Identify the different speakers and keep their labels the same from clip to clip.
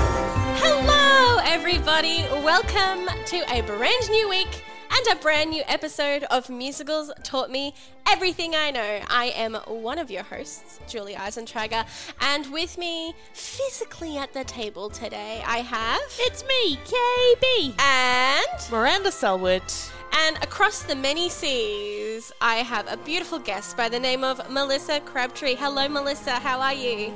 Speaker 1: Hello, everybody. Welcome to a brand new week and a brand new episode of Musicals Taught Me Everything I Know. I am one of your hosts, Julie Eisentrager, and with me physically at the table today, I have. It's me, KB. And.
Speaker 2: Miranda Selwood.
Speaker 1: And across the many seas, I have a beautiful guest by the name of Melissa Crabtree. Hello, Melissa. How are you?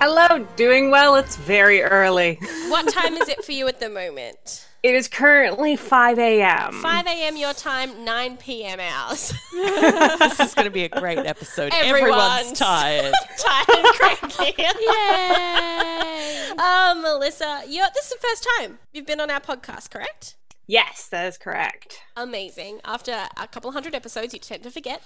Speaker 3: Hello, doing well. It's very early.
Speaker 1: What time is it for you at the moment?
Speaker 3: It is currently 5 a.m.
Speaker 1: 5 a.m. your time, 9 p.m. ours.
Speaker 2: This is going to be a great episode.
Speaker 1: Everyone's-
Speaker 2: Everyone's tired.
Speaker 1: Tired and cranky. Yay! Oh, Melissa, you're, this is the first time you've been on our podcast, correct?
Speaker 3: Yes, that is correct.
Speaker 1: Amazing. After a couple hundred episodes, you tend to forget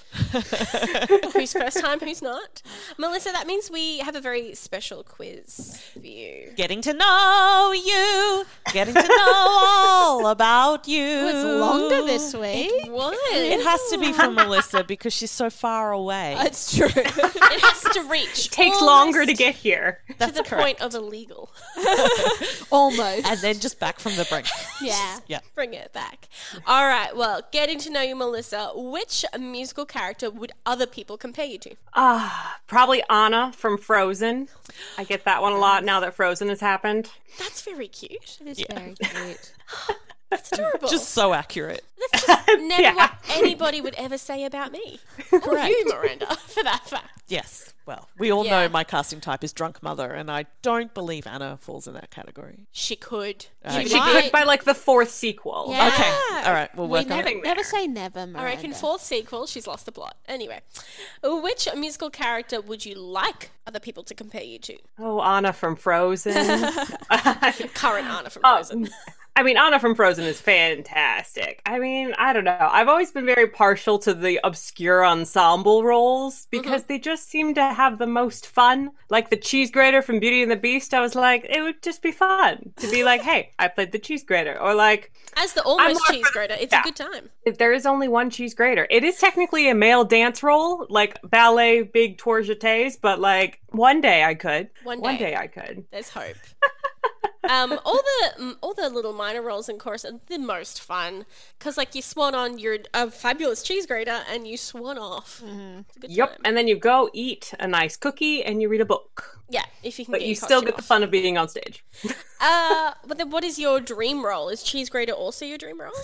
Speaker 1: who's first time, who's not. Melissa, that means we have a very special quiz for you.
Speaker 2: Getting to know you. Getting to know all about you.
Speaker 4: It's longer this week.
Speaker 1: What?
Speaker 2: It has to be for Melissa because she's so far away.
Speaker 4: It's true.
Speaker 1: It has to reach.
Speaker 3: Takes
Speaker 1: almost
Speaker 3: longer to get here.
Speaker 1: to the point of illegal.
Speaker 4: Almost.
Speaker 2: and then just back from the brink.
Speaker 1: Yeah.
Speaker 2: Yeah.
Speaker 1: Bring it back. All right. Well, getting to know you, Melissa, which musical character would other people compare you to?
Speaker 3: Probably Anna from Frozen. I get that one a lot now that Frozen has happened.
Speaker 1: That's very cute.
Speaker 4: It's very cute.
Speaker 1: That's adorable.
Speaker 2: Just so accurate.
Speaker 1: That's just never what anybody would ever say about me. Or you, Miranda, for that fact.
Speaker 2: Yes. Well, we all
Speaker 1: Yeah.
Speaker 2: know my casting type is drunk mother, and I don't believe Anna falls in that category.
Speaker 1: She could.
Speaker 3: Uh, She could by like the fourth sequel.
Speaker 4: Yeah.
Speaker 2: Okay. All right. We'll
Speaker 4: We
Speaker 2: work on
Speaker 4: never,
Speaker 2: it.
Speaker 3: Nothing there.
Speaker 4: never say never, Miranda.
Speaker 1: I reckon fourth sequel, she's lost the plot. Anyway, which musical character would you like other people to compare you to?
Speaker 3: Oh, Anna from Frozen.
Speaker 1: Current Anna from
Speaker 3: Oh,
Speaker 1: Frozen.
Speaker 3: I mean, Anna from Frozen is fantastic. I mean, I don't know. I've always been very partial to the obscure ensemble roles
Speaker 1: Mm-hmm.
Speaker 3: because they just seem to have the most fun. Like the cheese grater from Beauty and the Beast, I was like, it would just be fun to be like, hey, I played the cheese grater. Or like,
Speaker 1: As the almost
Speaker 3: more-
Speaker 1: cheese grater, it's
Speaker 3: yeah.
Speaker 1: a good time.
Speaker 3: if there is only one cheese grater. It is technically a male dance role, like ballet, big tour jetés, but like one day I could.
Speaker 1: One
Speaker 3: One
Speaker 1: day.
Speaker 3: day I could.
Speaker 1: There's hope. um, all the mm, all the little minor roles in chorus are the most fun because like you swan on, you're a fabulous cheese grater, and you swan off.
Speaker 3: Mm-hmm.
Speaker 1: It's a good
Speaker 3: Yep.
Speaker 1: time.
Speaker 3: And then you go eat a nice cookie and you read a book.
Speaker 1: Yeah, if you can.
Speaker 3: But
Speaker 1: get
Speaker 3: you
Speaker 1: your
Speaker 3: still
Speaker 1: costume
Speaker 3: get the
Speaker 1: off.
Speaker 3: fun of being on stage.
Speaker 1: Uh, but then what is your dream role? Is cheese grater also your dream role?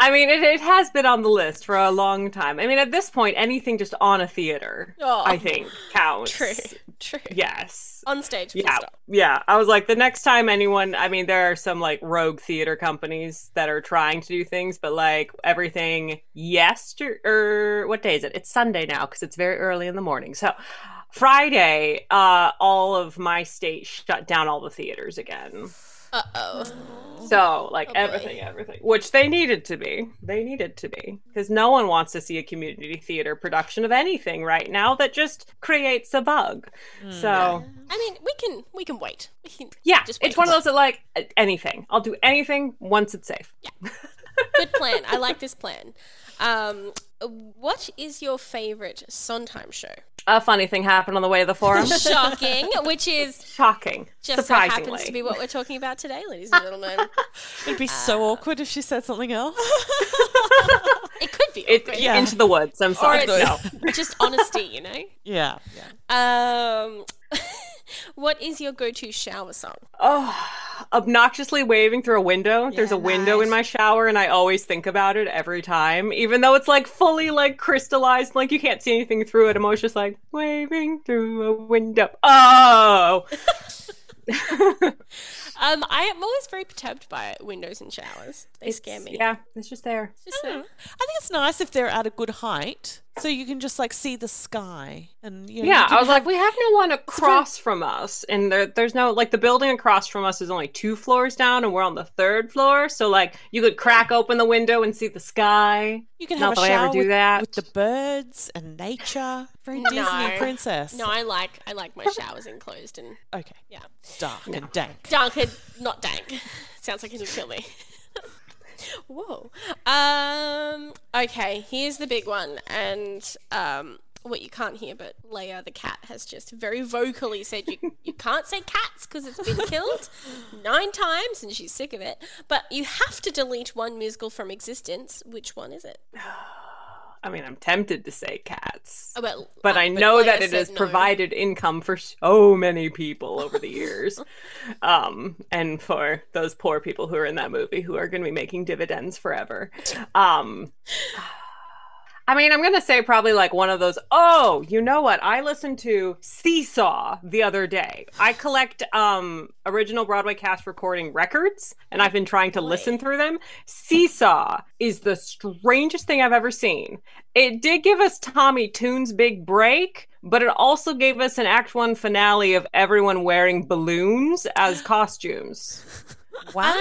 Speaker 3: I mean, it, it has been on the list for a long time. I mean, at this point, anything just on a theater,
Speaker 1: Oh.
Speaker 3: I think, counts.
Speaker 1: true, true.
Speaker 3: Yes.
Speaker 1: On stage. full
Speaker 3: Yeah.
Speaker 1: stop.
Speaker 3: Yeah. I was like, the next time anyone, I mean, there are some like rogue theater companies that are trying to do things, but like everything yesterday, or what day is it? It's Sunday now because it's very early in the morning. So Friday, uh, all of my state shut down all the theaters again.
Speaker 1: Uh oh.
Speaker 3: So, like
Speaker 1: boy.
Speaker 3: everything, everything, which they needed to be. They needed to be because no one wants to see a community theater production of anything right now that just creates a bug.
Speaker 1: Mm,
Speaker 3: So,
Speaker 1: I mean, we can we can wait. We can
Speaker 3: yeah,
Speaker 1: Just wait.
Speaker 3: it's one of those that, like, anything. I'll do anything once it's safe.
Speaker 1: good plan. I like this plan. Um, what is your favorite Sondheim show?
Speaker 3: A funny thing happened on the way to the forum.
Speaker 1: Shocking, which is
Speaker 3: Shocking.
Speaker 1: just so
Speaker 3: surprisingly.
Speaker 1: happens to be what we're talking about today, ladies and gentlemen.
Speaker 2: It'd be so
Speaker 4: uh,
Speaker 2: awkward if she said something else.
Speaker 1: It could be
Speaker 3: It-
Speaker 1: awkward.
Speaker 3: Into the woods. I'm
Speaker 1: Or
Speaker 3: sorry. No.
Speaker 1: it's just honesty, you know?
Speaker 2: yeah. yeah.
Speaker 1: Um, what is your go-to shower song?
Speaker 3: Obnoxiously waving through a window. There's a window in my shower, and I always think about it every time, even though it's like fully like crystallized, like you can't see anything through it. I'm always just like waving through a window. Oh,
Speaker 1: Um, I am always very perturbed by windows and showers. They scare me.
Speaker 3: yeah, it's just there.
Speaker 1: Just so-
Speaker 2: I think it's nice if they're at a good height, so you can just like see the sky and you know,
Speaker 3: Yeah,
Speaker 2: you can
Speaker 3: I was
Speaker 2: have-
Speaker 3: like, we have no one across from us, and there, there's no like the building across from us is only two floors down, and we're on the third floor. So like, you could crack open the window and see the sky.
Speaker 2: you can
Speaker 3: not
Speaker 2: have a
Speaker 3: that I ever
Speaker 2: shower
Speaker 3: do
Speaker 2: with,
Speaker 3: that.
Speaker 2: with the birds and nature. Very Disney princess.
Speaker 1: No, I like I like my showers enclosed and
Speaker 2: okay.
Speaker 1: yeah,
Speaker 2: Dark and dank.
Speaker 1: dark and not dank. Sounds like it'll kill me. Whoa. Um. Okay. Here's the big one, and um, what you can't hear, but Leia the cat has just very vocally said you you can't say cats because it's been killed nine times, and she's sick of it. But you have to delete one musical from existence. Which one is it?
Speaker 3: I mean, I'm tempted to say cats,
Speaker 1: Oh, well,
Speaker 3: but
Speaker 1: uh,
Speaker 3: I know that
Speaker 1: Leia
Speaker 3: it
Speaker 1: said
Speaker 3: has
Speaker 1: no.
Speaker 3: provided income for so many people over the years, um, and for those poor people who are in that movie who are going to be making dividends forever. Um, I mean, I'm going to say probably like one of those. Oh, you know what? I listened to Seesaw the other day. I collect um, original Broadway cast recording records, and I've been trying to listen through them. Seesaw is the strangest thing I've ever seen. It did give us Tommy Toon's big break, but it also gave us an Act One finale of everyone wearing balloons as costumes.
Speaker 2: Wow.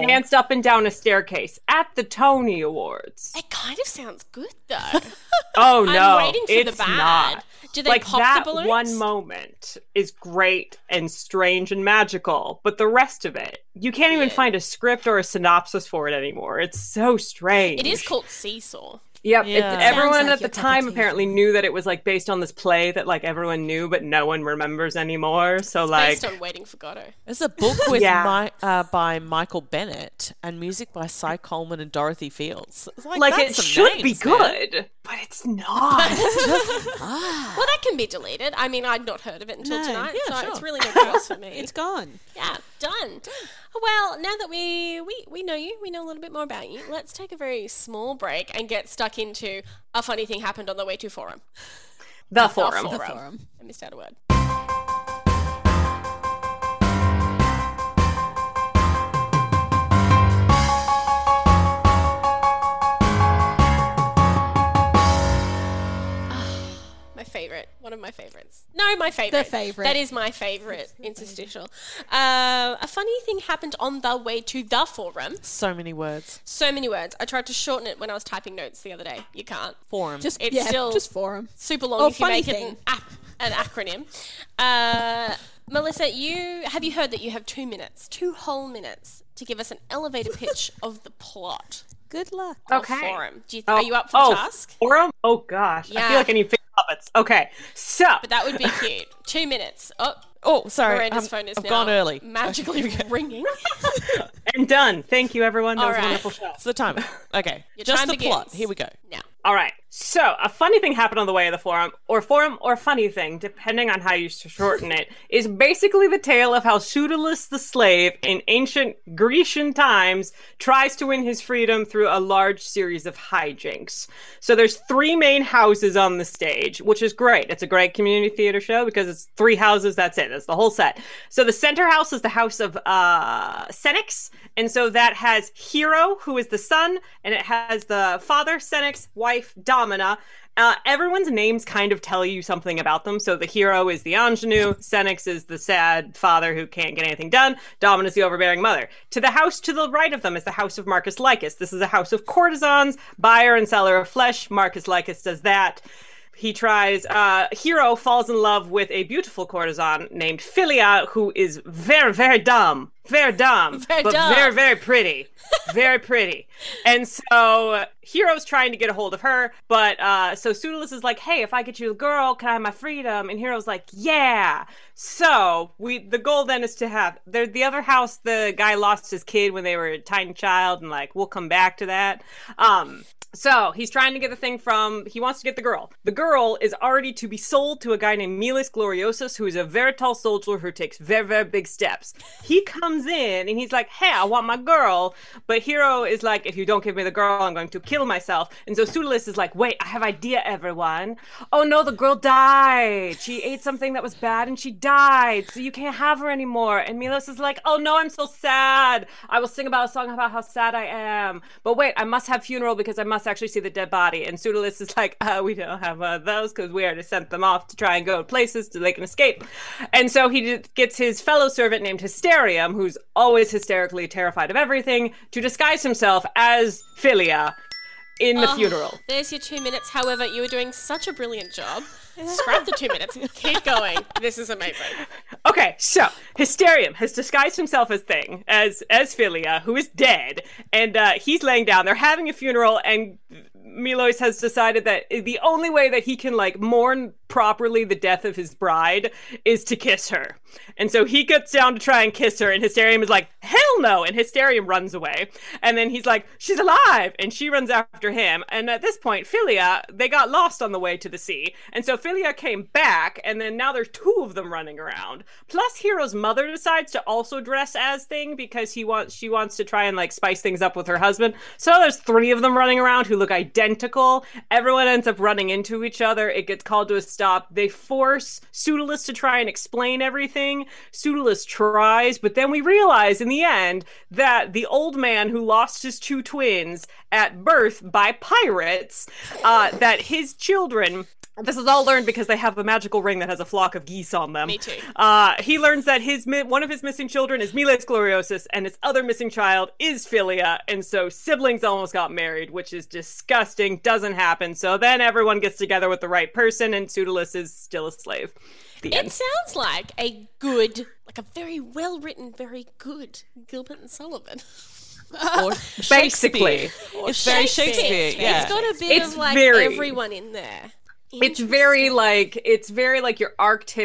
Speaker 3: And he danced up and down a staircase at the Tony Awards.
Speaker 1: It kind of sounds good though.
Speaker 3: Oh no,
Speaker 1: I'm waiting for
Speaker 3: it's
Speaker 1: the bad.
Speaker 3: not.
Speaker 1: Do they
Speaker 3: like
Speaker 1: pop
Speaker 3: that
Speaker 1: the balloons?
Speaker 3: one moment is great and strange and magical, but the rest of it, you can't even find a script or a synopsis for it anymore. It's so strange.
Speaker 1: It is called Seesaw.
Speaker 3: Yep. it-
Speaker 2: Yeah.
Speaker 3: everyone
Speaker 4: Sounds like
Speaker 3: at the
Speaker 4: your cup of
Speaker 3: time
Speaker 4: tea.
Speaker 3: apparently knew that it was like based on this play that like everyone knew, but no one remembers anymore. So like,
Speaker 1: Based on Waiting for Godot.
Speaker 2: There's a book with
Speaker 3: Yeah.
Speaker 2: my, uh, by Michael Bennett and music by Cy Coleman and Dorothy Fields. It's
Speaker 3: like it
Speaker 2: that's some
Speaker 3: should be
Speaker 2: names, man.
Speaker 3: good, but it's not.
Speaker 1: Well, that can be deleted. I mean, I'd not heard of it until
Speaker 2: No,
Speaker 1: tonight,
Speaker 2: yeah,
Speaker 1: so
Speaker 2: sure.
Speaker 1: it's really no cross for me.
Speaker 2: It's gone.
Speaker 1: yeah, done. Well, now that we, we we know you, we know a little bit more about you. Let's take a very small break and get stuck into a funny thing happened on the way to forum.
Speaker 3: the forum.
Speaker 1: forum.
Speaker 4: Forum.
Speaker 1: I missed out a word. My favorite, one of my favorites. No, my favorite.
Speaker 4: favourite.
Speaker 1: That is my favorite interstitial. Uh, a funny thing happened on the way to the forum.
Speaker 2: So many words.
Speaker 1: So many words. I tried to shorten it when I was typing notes the other day. You can't.
Speaker 2: Forum.
Speaker 4: Just
Speaker 1: It's
Speaker 4: yeah,
Speaker 1: still-
Speaker 4: just forum.
Speaker 1: super long
Speaker 4: Oh,
Speaker 1: if you
Speaker 4: funny
Speaker 1: make it an,
Speaker 4: thing.
Speaker 1: ac- an acronym. Uh, Melissa, you have you heard that you have two minutes, two whole minutes, to give us an elevator pitch of the plot
Speaker 4: Good luck.
Speaker 1: okay. of Forum. Do you, Are you up for
Speaker 3: oh,
Speaker 1: the task?
Speaker 3: Forum? Oh gosh. I
Speaker 1: Yeah.
Speaker 3: feel like I need finger puppets. Okay. So
Speaker 1: But that would be cute. two minutes. Oh,
Speaker 2: Oh, sorry.
Speaker 1: Miranda's
Speaker 2: um,
Speaker 1: phone is
Speaker 2: I've
Speaker 1: now
Speaker 2: gone early.
Speaker 1: magically ringing.
Speaker 3: and done. Thank you everyone. That
Speaker 1: All
Speaker 3: was a
Speaker 1: right.
Speaker 3: wonderful show.
Speaker 2: It's the timer. Okay.
Speaker 1: Your
Speaker 2: Just
Speaker 1: time
Speaker 2: the plot.
Speaker 1: begins.
Speaker 2: Here we go.
Speaker 1: now,
Speaker 3: All right. So a funny thing happened on the way of the forum, or forum, or funny thing, depending on how you shorten it, is basically the tale of how Pseudolus the slave in ancient Grecian times tries to win his freedom through a large series of hijinks. So there's three main houses on the stage, which is great. It's a great community theater show because it's three houses. That's it. That's the whole set. So the center house is the house of uh, Senex, and so that has Hero, who is the son, and it has the father, Senex, wife, Domina. Uh, everyone's names kind of tell you something about them. So the hero is the ingenue, Senex is the sad father who can't get anything done, Domina is the overbearing mother. To the house to the right of them is the house of Marcus Lycus. This is a house of courtesans, buyer and seller of flesh. Marcus Lycus does that he tries uh hero falls in love with a beautiful courtesan named philia who is very very dumb very dumb,
Speaker 1: Very
Speaker 3: but
Speaker 1: dumb.
Speaker 3: very, very pretty, very pretty. And so Hero's trying to get a hold of her, but uh, so Pseudolus is like, "Hey, if I get you a girl, can I have my freedom?" And Hero's like, "Yeah." So we, the goal then is to have there. The other house, the guy lost his kid when they were a tiny child, and like we'll come back to that. Um, so he's trying to get the thing from. He wants to get the girl. The girl is already to be sold to a guy named Milis Gloriosus, who is a very tall soldier who takes very, very big steps. He comes in and he's like, "Hey, I want my girl," but Hero is like, "If you don't give me the girl, I'm going to kill myself." And so Pseudolus is like, "Wait, I have idea, everyone. Oh no, the girl died. She ate something that was bad and she died. So you can't have her anymore." And Milos is like, "Oh no, I'm so sad. I will sing about a song about how sad I am. But wait, I must have funeral because I must actually see the dead body." And Pseudolus is like, uh, "We don't have uh, those because we already sent them off to try and go places so they can escape." And so he d- gets his fellow servant named Hysterium, who's always hysterically terrified of everything, to disguise himself as Philia in the funeral.
Speaker 1: There's your two minutes. However, you were doing such a brilliant job. Scrap the two minutes. Keep going. This is amazing.
Speaker 3: Okay, so Hysterium has disguised himself as Thing, as as Philia, who is dead, and uh, he's laying down. They're having a funeral, and Milos has decided that the only way that he can like mourn properly the death of his bride is to kiss her. And so he gets down to try and kiss her, and Hysterium is like, "Hell no!" And Hysterium runs away, and then he's like, "She's alive!" And she runs after him. And at this point, Philia, they got lost on the way to the sea, and so Philia came back, and then now there's two of them running around. Plus, Hero's mother decides to also dress as Thing because he wants she wants to try and like spice things up with her husband. So there's three of them running around who look identical. Everyone ends up running into each other. It gets called to a stop. They force Pseudolus to try and explain everything. Pseudolus tries, but then we realize in the end that the old man who lost his two twins at birth by pirates, uh, that his children. This is all learned because they have a magical ring that has a flock of geese on them.
Speaker 1: Me too.
Speaker 3: Uh, he learns that his mi- one of his missing children is Miles Gloriosus, and his other missing child is Philia, and so siblings almost got married, which is disgusting. Doesn't happen. So then everyone gets together with the right person, and Pseudolus is still a slave. The
Speaker 1: It
Speaker 3: end.
Speaker 1: sounds like a good, like a very well written, very good Gilbert and Sullivan.
Speaker 2: Or
Speaker 3: Basically.
Speaker 2: Shakespeare. it's very Shakespeare. Yeah,
Speaker 1: It's got a bit
Speaker 3: It's
Speaker 1: of like
Speaker 3: very-
Speaker 1: everyone in there.
Speaker 3: It's very like it's very like your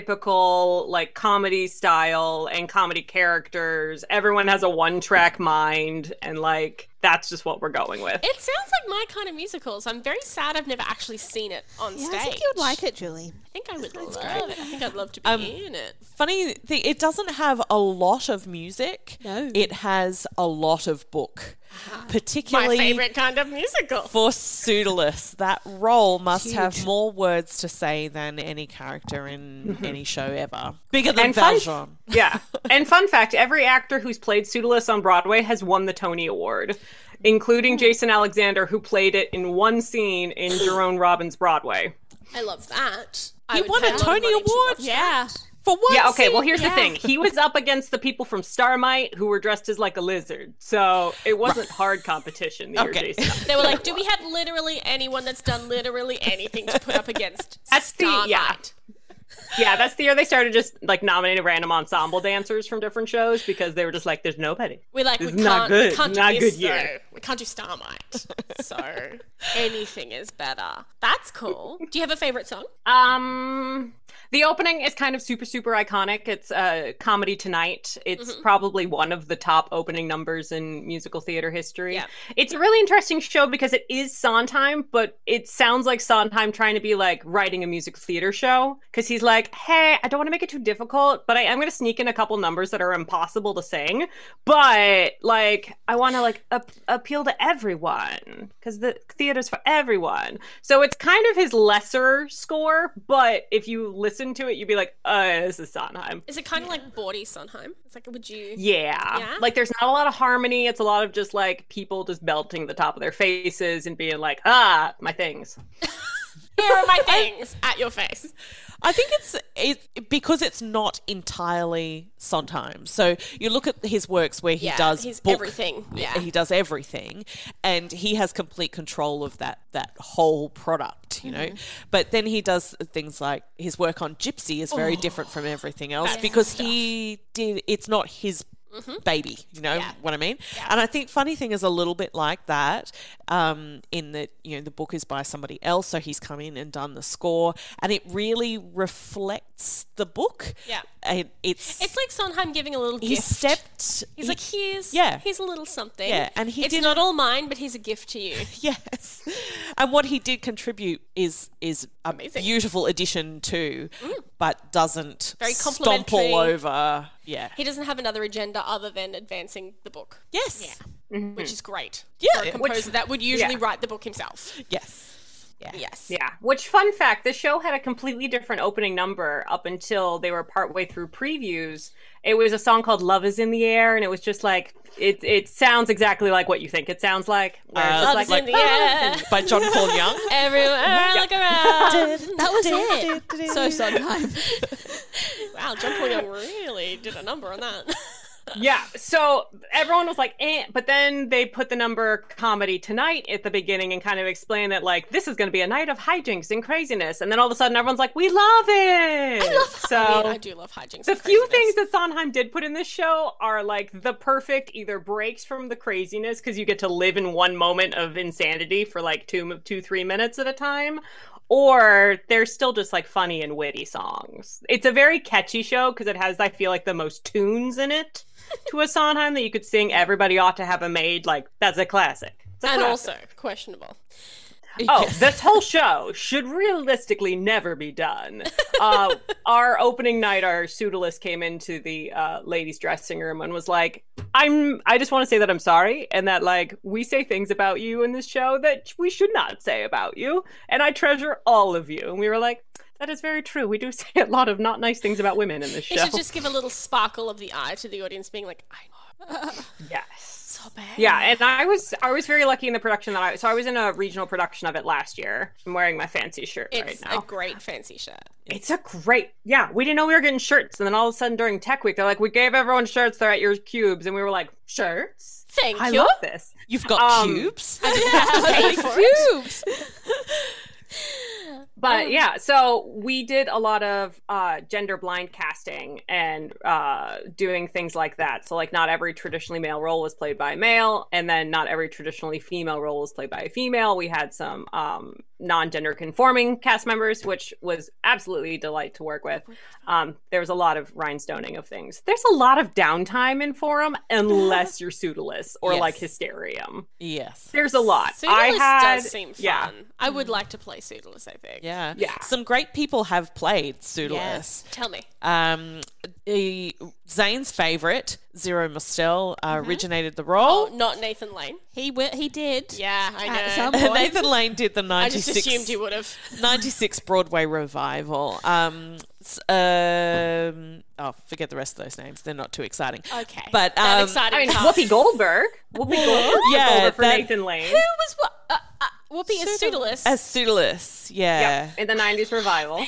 Speaker 3: archetypical like comedy style and comedy characters. Everyone has a one track mind, and like that's just what we're going with.
Speaker 1: It sounds like my kind of musical, so I'm very sad I've never actually seen it on
Speaker 4: Yeah,
Speaker 1: stage.
Speaker 4: I think you'd like it, Julie.
Speaker 1: I think I would love it. I think I'd love to be in it.
Speaker 2: funny thing. It doesn't have a lot of music.
Speaker 4: No.
Speaker 2: it has a lot of book,
Speaker 1: My
Speaker 2: particularly
Speaker 1: favorite kind of musical.
Speaker 2: for Pseudolus. That role must have more words to say than any character in any show ever. Bigger than
Speaker 3: And fun-
Speaker 2: Valjean.
Speaker 3: yeah. And fun fact every actor who's played Pseudolus on Broadway has won the Tony Award,
Speaker 2: Hmm.
Speaker 3: including Jason Alexander, who played it in one scene in Jerome Robbins' Broadway.
Speaker 1: I love that.
Speaker 2: He
Speaker 1: I would
Speaker 2: won
Speaker 1: pay
Speaker 2: a
Speaker 1: lot of
Speaker 2: Tony
Speaker 1: money to
Speaker 2: Award?
Speaker 1: watch that.
Speaker 2: For what?
Speaker 3: yeah, okay. Well,
Speaker 2: scene?
Speaker 3: here's the thing he was up against the people from Starmite who were dressed as like a lizard. So it wasn't hard competition the year
Speaker 2: Okay.
Speaker 3: Jason Alexander
Speaker 1: They were like, do we have literally anyone that's done literally anything to put up against
Speaker 3: That's the-
Speaker 1: Starlight?
Speaker 3: yeah. Yeah, that's the year they started just like nominating random ensemble dancers from different shows because they were just like, there's nobody.
Speaker 1: We're like,
Speaker 3: It's
Speaker 1: we
Speaker 3: not
Speaker 1: can't,
Speaker 3: good.
Speaker 1: can't do
Speaker 3: Not
Speaker 1: this,
Speaker 3: good year.
Speaker 1: though. We can't do Starmite. so anything is better. That's cool. Do you have a favorite song?
Speaker 3: Um, the opening is kind of super, super iconic. It's uh, comedy tonight. It's
Speaker 1: Mm-hmm.
Speaker 3: probably one of the top opening numbers in musical theater history.
Speaker 1: Yeah.
Speaker 3: It's a really interesting show because it is Sondheim, but it sounds like Sondheim trying to be like writing a musical theater show because he's like, hey, I don't want to make it too difficult, but I am going to sneak in a couple numbers that are impossible to sing, but like I want to like ap- appeal to everyone because the theater's for everyone. So it's kind of his lesser score, but if you listen to it, you'd be like, uh, this is Sondheim.
Speaker 1: Is it kind of like Bordy Sondheim? It's like, would you?
Speaker 3: Yeah.
Speaker 1: Yeah?
Speaker 3: Like there's not a lot of harmony. It's a lot of just like people just belting the top of their faces and being like, ah, my things.
Speaker 1: Here are my things at your face.
Speaker 2: I think it's it because it's not entirely Sondheim. So you look at his works where he
Speaker 1: Yeah,
Speaker 2: does
Speaker 1: he's
Speaker 2: book-
Speaker 1: everything, yeah.
Speaker 2: he does everything, and he has complete control of that that whole product, you know.
Speaker 1: Mm-hmm.
Speaker 2: But then he does things like
Speaker 1: Oh.
Speaker 2: his work on Gypsy is very different from everything else because he did. It's not his baby. You know
Speaker 1: Mm-hmm. Yeah.
Speaker 2: what I mean? And I think funny thing is a little bit like that. Um, in that you know the book is by somebody else, so he's come in and done the score, and it really reflects the book.
Speaker 1: Yeah.
Speaker 2: and it's
Speaker 1: It's like Sondheim giving a little
Speaker 2: he
Speaker 1: gift.
Speaker 2: stepped.
Speaker 1: He's
Speaker 2: he-
Speaker 1: like, here's
Speaker 2: Yeah.
Speaker 1: here's a little something.
Speaker 2: Yeah, and he
Speaker 1: it's
Speaker 2: did-
Speaker 1: not all mine, but here's a gift to you.
Speaker 2: yes and what he did contribute is is a beautiful addition too but doesn't
Speaker 1: Mm. Very
Speaker 2: stomp
Speaker 1: complimentary.
Speaker 2: all over yeah
Speaker 1: He doesn't have another agenda other than advancing the book,
Speaker 2: yes
Speaker 1: which is great.
Speaker 2: Yeah.
Speaker 1: for a composer that would usually
Speaker 3: yeah.
Speaker 1: write the book himself.
Speaker 2: yes
Speaker 1: Yes.
Speaker 3: Yeah. Which fun fact, the show had a completely different opening number up until they were partway through previews. It was a song called Love Is in the Air and it was just like it it sounds exactly like what you think it sounds like. where it's
Speaker 2: Uh,
Speaker 3: just
Speaker 2: Love
Speaker 3: like,
Speaker 2: Is in
Speaker 1: the air.
Speaker 2: by john paul young
Speaker 1: Everywhere I look around.
Speaker 4: That was it. so Sondheim.
Speaker 1: wow, John Paul Young really did a number on that.
Speaker 3: Yeah. So everyone was like, eh. but then they put the number comedy tonight at the beginning and kind of explain that like this is going to be a night of hijinks and craziness, and then all of a sudden everyone's like, we love it. I love so.
Speaker 1: I mean, I do love hijinks.
Speaker 3: The
Speaker 1: and
Speaker 3: few
Speaker 1: craziness.
Speaker 3: things that Sondheim did put in this show are like the perfect either breaks from the craziness because you get to live in one moment of insanity for like two, two, three minutes at a time, or they're still just like funny and witty songs. It's a very catchy show because it has, I feel like, the most tunes in it to a Sondheim that you could sing. Everybody ought to have a maid. Like that's a classic. It's a
Speaker 1: and
Speaker 3: classic.
Speaker 1: also questionable.
Speaker 3: Oh, this whole show should realistically never be done. Uh, our opening night, our pseudolist came into the uh, ladies' dressing room and was like, "I'm. I just want to say that I'm sorry, and that like we say things about you in this show that we should not say about you, and I treasure all of you." And we were like, "That is very true. We do say a lot of not nice things about women in this
Speaker 1: He
Speaker 3: show."
Speaker 1: should just give a little sparkle of the eye to the audience, being like, "I know
Speaker 3: yes.
Speaker 1: so bad."
Speaker 3: Yeah, and I was I was very lucky in the production that I so I was in a regional production of it last year. I'm wearing my fancy shirt right
Speaker 1: It's
Speaker 3: now.
Speaker 1: a great fancy shirt.
Speaker 3: It's a great, yeah. We didn't know we were getting shirts, and then all of a sudden during Tech Week, they're like, "We gave everyone shirts. They're at your cubes," and we were like, "Shirts?
Speaker 1: Thank
Speaker 3: I
Speaker 1: you.
Speaker 3: love this."
Speaker 2: you've got
Speaker 3: Um,
Speaker 2: cubes
Speaker 4: Cubes.
Speaker 1: Oh.
Speaker 3: But yeah, so we did a lot of uh, gender blind casting and uh, doing things like that. So like, not every traditionally male role was played by a male, and then not every traditionally female role was played by a female. We had some um, non-gender conforming cast members, which was absolutely a delight to work with. Um, there was a lot of rhinestoning of things. There's a lot of downtime in Forum unless you're pseudolus or
Speaker 2: Yes.
Speaker 3: like Hysterium.
Speaker 2: yes
Speaker 3: There's a lot. I
Speaker 1: Pseudolus
Speaker 3: had
Speaker 1: does seem fun.
Speaker 3: yeah.
Speaker 1: I would like to play Pseudolus, I think.
Speaker 2: yeah.
Speaker 3: Yeah.
Speaker 2: Some great people have played Pseudolus.
Speaker 1: Tell me.
Speaker 2: Um, the, Zane's favorite, Zero Mostel, uh,
Speaker 1: Mm-hmm.
Speaker 2: originated the role.
Speaker 1: Oh, not Nathan Lane.
Speaker 4: He wi- he did.
Speaker 1: Yeah, I
Speaker 4: At
Speaker 1: know.
Speaker 4: some point.
Speaker 2: Nathan Lane did the
Speaker 1: Oh, I
Speaker 2: 96.
Speaker 1: just assumed he would have.
Speaker 2: 96 Broadway revival. Um, s- um, oh, forget the rest of those names. They're not too exciting.
Speaker 1: Okay.
Speaker 2: But
Speaker 1: That
Speaker 2: um,
Speaker 1: exciting
Speaker 3: I mean,
Speaker 1: part.
Speaker 3: Whoopi Goldberg. Whoopi Goldberg
Speaker 2: Yeah,
Speaker 3: took over for
Speaker 2: that-
Speaker 3: Nathan Lane
Speaker 1: Who was what? Uh, uh, Whoopi is Pseudolus.
Speaker 2: as Pseudolus, yeah.
Speaker 3: in the '90s revival.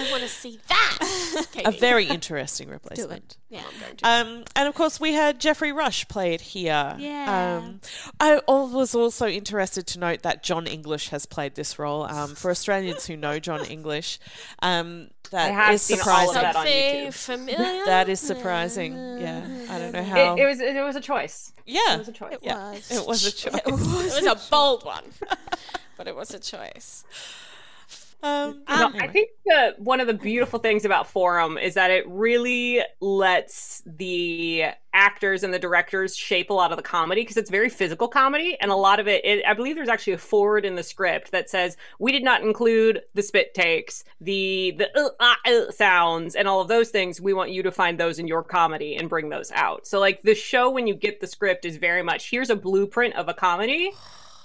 Speaker 1: I want to see that.
Speaker 2: A very interesting replacement.
Speaker 4: Yeah.
Speaker 2: Um, and of course, we had Jeffrey Rush play it here.
Speaker 4: Yeah.
Speaker 2: Um, I al- was also interested to note that John English has played this role. Um, for Australians who know John English, um, that
Speaker 3: I have
Speaker 2: is
Speaker 3: seen all of
Speaker 2: surprising.
Speaker 3: that on
Speaker 1: Something
Speaker 3: YouTube.
Speaker 1: familiar.
Speaker 2: that is surprising. Yeah, I don't know how.
Speaker 3: It, it was it was a choice.
Speaker 2: yeah,
Speaker 3: It was a choice.
Speaker 2: yeah,
Speaker 4: was.
Speaker 2: it was a choice.
Speaker 1: it was a bold one, but it was a choice.
Speaker 2: Um,
Speaker 3: No, I think the one of the beautiful things about Forum is that it really lets the actors and the directors shape a lot of the comedy because it's very physical comedy and a lot of it, it I believe there's actually a forward in the script that says we did not include the spit takes, the the uh, ah, uh, sounds and all of those things. We want you to find those in your comedy and bring those out. So like the show when you get the script is very much here's a blueprint of a comedy,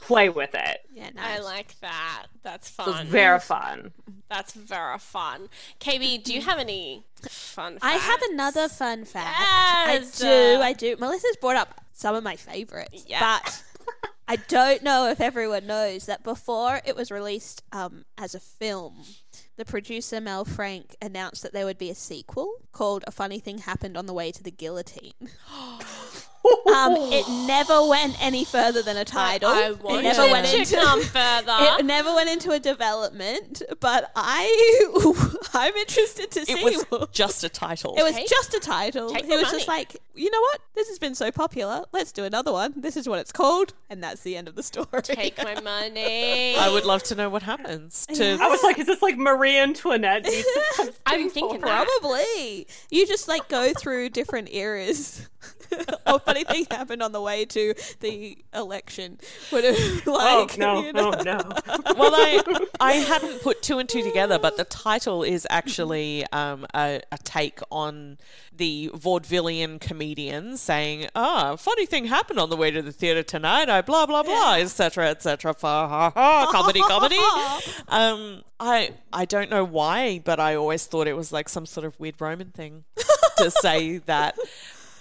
Speaker 3: play with it.
Speaker 4: Yeah.
Speaker 1: I
Speaker 4: Nice.
Speaker 1: like that. That's
Speaker 3: So it's
Speaker 1: fun.
Speaker 3: very fun.
Speaker 1: That's very fun. KB, do you have any fun? Facts?
Speaker 4: I have another fun fact.
Speaker 1: Yes. uh,
Speaker 4: I do, I do. Melissa's brought up some of my favorites,
Speaker 1: Yeah.
Speaker 4: but I don't know if everyone knows that before it was released um, as a film, the producer Mel Frank announced that there would be a sequel called "A Funny Thing Happened on the Way to the Guillotine." Um, it never went any further than a title.
Speaker 1: I wanted
Speaker 4: it never went
Speaker 1: to
Speaker 4: into
Speaker 1: come further.
Speaker 4: It never went into a development, but I I'm interested to see.
Speaker 2: It was just a title.
Speaker 4: It was
Speaker 1: Take-
Speaker 4: just a title.
Speaker 1: take
Speaker 4: He
Speaker 1: the
Speaker 4: was just
Speaker 1: money.
Speaker 4: like, you know what? This has been so popular. Let's do another one. This is what it's called, and that's the end of the story.
Speaker 1: Take my money.
Speaker 2: I would love to know what happens to
Speaker 3: I was like, is this like Marie Antoinette? meets-
Speaker 1: I'm thinking that.
Speaker 4: Probably. You just like go through different eras. or funny thing happened on the way to the election. Would have
Speaker 3: oh
Speaker 4: like
Speaker 3: no,
Speaker 4: you
Speaker 3: oh
Speaker 4: know.
Speaker 3: no.
Speaker 2: well, I I hadn't put two and two together, but the title is actually um, a, a take on the vaudevillian comedian saying, "Ah, funny thing happened on the way to the theater tonight." I blah blah blah, etc. etc. Ha ha ha, comedy comedy. um, I I don't know why, but I always thought it was like some sort of weird Roman thing to say that.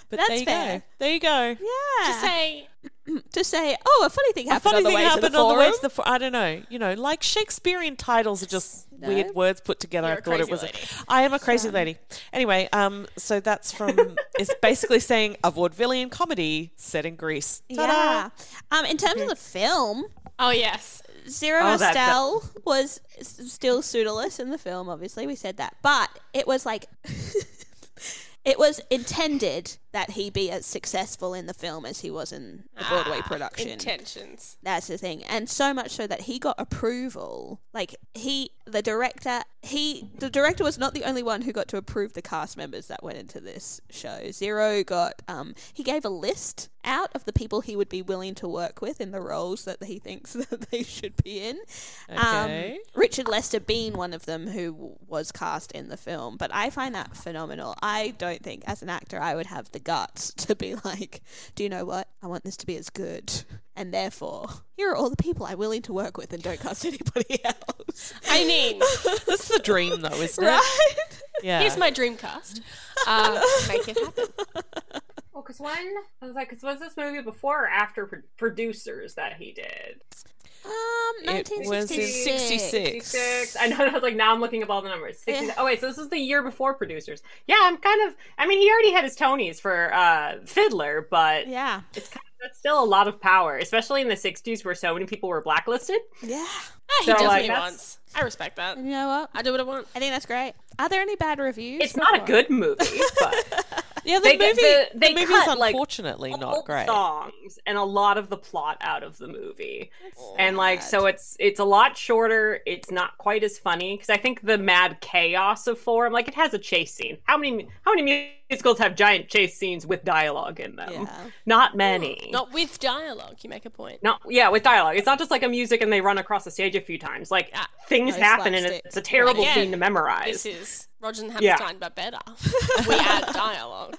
Speaker 2: But
Speaker 4: That's
Speaker 2: there you
Speaker 4: fair.
Speaker 2: go. There you go.
Speaker 4: Yeah.
Speaker 1: To say
Speaker 4: to say, oh, a funny thing happened
Speaker 2: funny
Speaker 4: on the
Speaker 2: thing
Speaker 4: way to
Speaker 2: happened
Speaker 4: the
Speaker 2: on the way
Speaker 4: forum.
Speaker 2: to the fo- I don't know. You know, like Shakespearean titles are just weird words put together.
Speaker 1: You're
Speaker 2: I
Speaker 1: a
Speaker 2: thought it
Speaker 1: crazy
Speaker 2: was. a-
Speaker 1: lady.
Speaker 2: I am a crazy lady. Anyway, um, so that's from. it's basically saying a vaudevillian comedy set in Greece. Ta-da!
Speaker 4: yeah. Um, in terms of the film,
Speaker 1: Oh yes.
Speaker 4: Zero
Speaker 3: Oh, that-
Speaker 4: Estelle was s- still pseudoless in the film. Obviously, we said that, but it was like it was intended that he be as successful in the film as he was in the Broadway production.
Speaker 1: Intentions.
Speaker 4: That's the thing. And so much so that he got approval. Like he the director he the director was not the only one who got to approve the cast members that went into this show. Zero got um he gave a list out of the people he would be willing to work with in the roles that he thinks that they should be in.
Speaker 2: Okay.
Speaker 4: Um Richard Lester being one of them who w- was cast in the film, but I find that phenomenal. I don't think as an actor I would have the guts to be like, do you know what? I want this to be as good. And therefore, here are all the people I'm willing to work with and don't cast anybody else.
Speaker 1: I mean,
Speaker 2: That's the dream, though, isn't it?
Speaker 4: Right?
Speaker 2: Yeah.
Speaker 1: here's my dream cast. Um, make it happen.
Speaker 3: Well, because when I was like, because was this movie before or after pro- producers that he did?
Speaker 4: Um,
Speaker 2: It was in
Speaker 4: 1966.
Speaker 2: 66.
Speaker 3: 66. I know. I was like, now I'm looking up all the numbers. 60, Oh wait, so this is the year before producers. Yeah, I'm kind of. I mean, he already had his Tonys for uh, Fiddler, but
Speaker 4: Yeah.
Speaker 3: it's kind of, that's still a lot of power, especially in the 60s where so many people were blacklisted.
Speaker 4: Yeah.
Speaker 1: Ah, he
Speaker 3: So,
Speaker 1: does
Speaker 3: like,
Speaker 1: what he
Speaker 3: that's-
Speaker 1: wants. I respect that.
Speaker 4: You know what?
Speaker 1: I do what I want.
Speaker 4: I think that's great. Are there any bad reviews?
Speaker 3: It's not a
Speaker 4: Before-
Speaker 3: good movie, but
Speaker 2: yeah, the
Speaker 3: they get
Speaker 2: movie.
Speaker 3: the-
Speaker 2: the
Speaker 3: they
Speaker 2: movie is
Speaker 3: cut, like,
Speaker 2: unfortunately not
Speaker 3: old
Speaker 2: great.
Speaker 3: songs and a lot of the plot out of the movie. and like so it's it's a lot shorter, it's not quite as funny because I think the mad chaos of four, I'm like it has a chase scene. How many how many musicals have giant chase scenes with dialogue in them?
Speaker 4: Yeah.
Speaker 3: Not many.
Speaker 1: Not with dialogue. You make a point.
Speaker 3: No, yeah, with dialogue. It's not just like a music and they run across the stage a few times. Like things
Speaker 4: No
Speaker 3: happen and
Speaker 4: slapstick.
Speaker 3: it's a terrible
Speaker 1: Again,
Speaker 3: scene to memorize.
Speaker 1: This is Roger and
Speaker 3: Yeah.
Speaker 1: Hammerstein, but better. we add dialogue.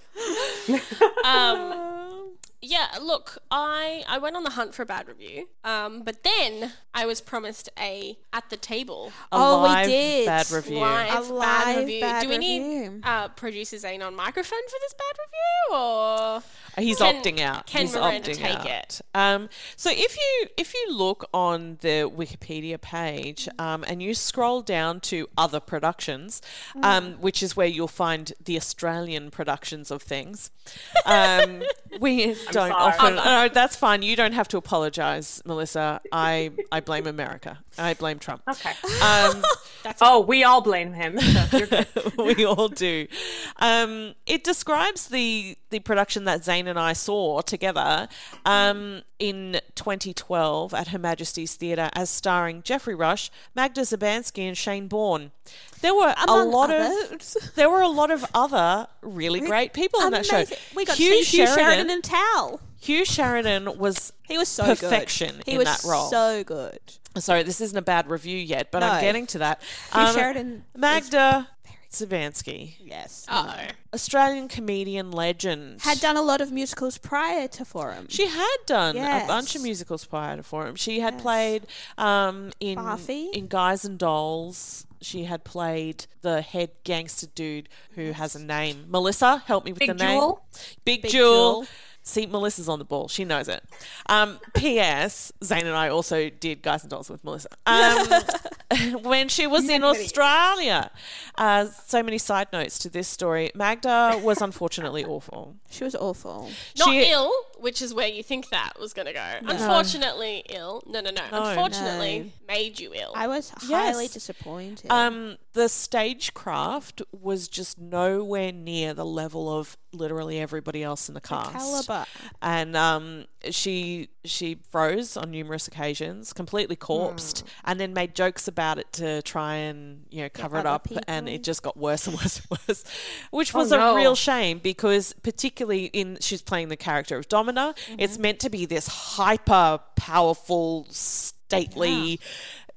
Speaker 1: um, yeah, look, I I went on the hunt for a bad review, um, but then I was promised a at the table
Speaker 2: A
Speaker 4: Oh, we
Speaker 2: live
Speaker 4: did.
Speaker 2: Bad review.
Speaker 1: live, bad
Speaker 4: A live
Speaker 1: review.
Speaker 4: bad
Speaker 1: Do we
Speaker 4: review.
Speaker 1: need uh, producer Zane on microphone for this bad review, or
Speaker 2: He's
Speaker 1: Can-
Speaker 2: opting out.
Speaker 1: can
Speaker 2: He's
Speaker 1: Miranda
Speaker 2: opting
Speaker 1: take
Speaker 2: out.
Speaker 1: it?
Speaker 2: Um, so if you if you look on the Wikipedia page um, and you scroll down to other productions,
Speaker 1: Mm.
Speaker 2: um, which is where you'll find the Australian productions of things, um, we don't often. No, that's fine. You don't have to apologise, Melissa. I I blame America. I blame Trump. Okay. Um,
Speaker 3: oh, we all blame him. So you're good.
Speaker 2: we all do. Um, it describes the the production that Zane and I saw together um, in 2012 at Her Majesty's Theatre as starring Jeffrey Rush, Magda Zabansky, and Shane Bourne. There were a
Speaker 4: Among
Speaker 2: lot
Speaker 4: others.
Speaker 2: of there were a lot of other really great people in that show.
Speaker 4: Amazing. We got
Speaker 2: Hugh
Speaker 4: to see Hugh Sheridan and Tal.
Speaker 2: Hugh Sheridan was
Speaker 4: He was so
Speaker 2: perfection
Speaker 4: good. He
Speaker 2: in
Speaker 4: was
Speaker 2: that role.
Speaker 4: so good.
Speaker 2: Sorry, this isn't a bad review yet, but
Speaker 4: No.
Speaker 2: I'm getting to that. Um,
Speaker 4: Hugh Sheridan
Speaker 2: Magda Zabansky.
Speaker 4: Yes.
Speaker 1: oh,
Speaker 2: Australian comedian legend.
Speaker 4: had done a lot of musicals prior to Forum.
Speaker 2: she had done
Speaker 4: Yes.
Speaker 2: a bunch of musicals prior to Forum. She had played um, in
Speaker 4: Buffy.
Speaker 2: in Guys and Dolls. She had played the head gangster dude who has a name. Melissa, help me with
Speaker 3: Big
Speaker 2: the name.
Speaker 3: Jewel?
Speaker 2: Big,
Speaker 4: Big
Speaker 2: Jewel.
Speaker 4: Jewel.
Speaker 2: See, Melissa's on the ball. She knows it. Um, P.S. Zane and I also did Guys and Dolls with Melissa um, when she was in Australia. Uh, so many side notes to this story. Magda was unfortunately awful.
Speaker 4: She was awful.
Speaker 1: Not
Speaker 2: She-
Speaker 1: ill, which is where you think that was going to go. Unfortunately, ill. No, no, no. Unfortunately, made you ill.
Speaker 4: I was highly
Speaker 2: Yes.
Speaker 4: disappointed.
Speaker 2: Um, the stagecraft was just nowhere near the level of literally everybody else in the cast.
Speaker 4: Caliber.
Speaker 2: and um, she she froze on numerous occasions, completely corpsed,
Speaker 4: Hmm.
Speaker 2: and then made jokes about it to try and you know cover it
Speaker 4: other Oh,
Speaker 2: up, and it just got worse and worse and worse, which was
Speaker 3: no.
Speaker 2: a real shame because particularly in she's playing the character of Domina,
Speaker 4: Mm-hmm.
Speaker 2: it's meant to be this hyper powerful, stately.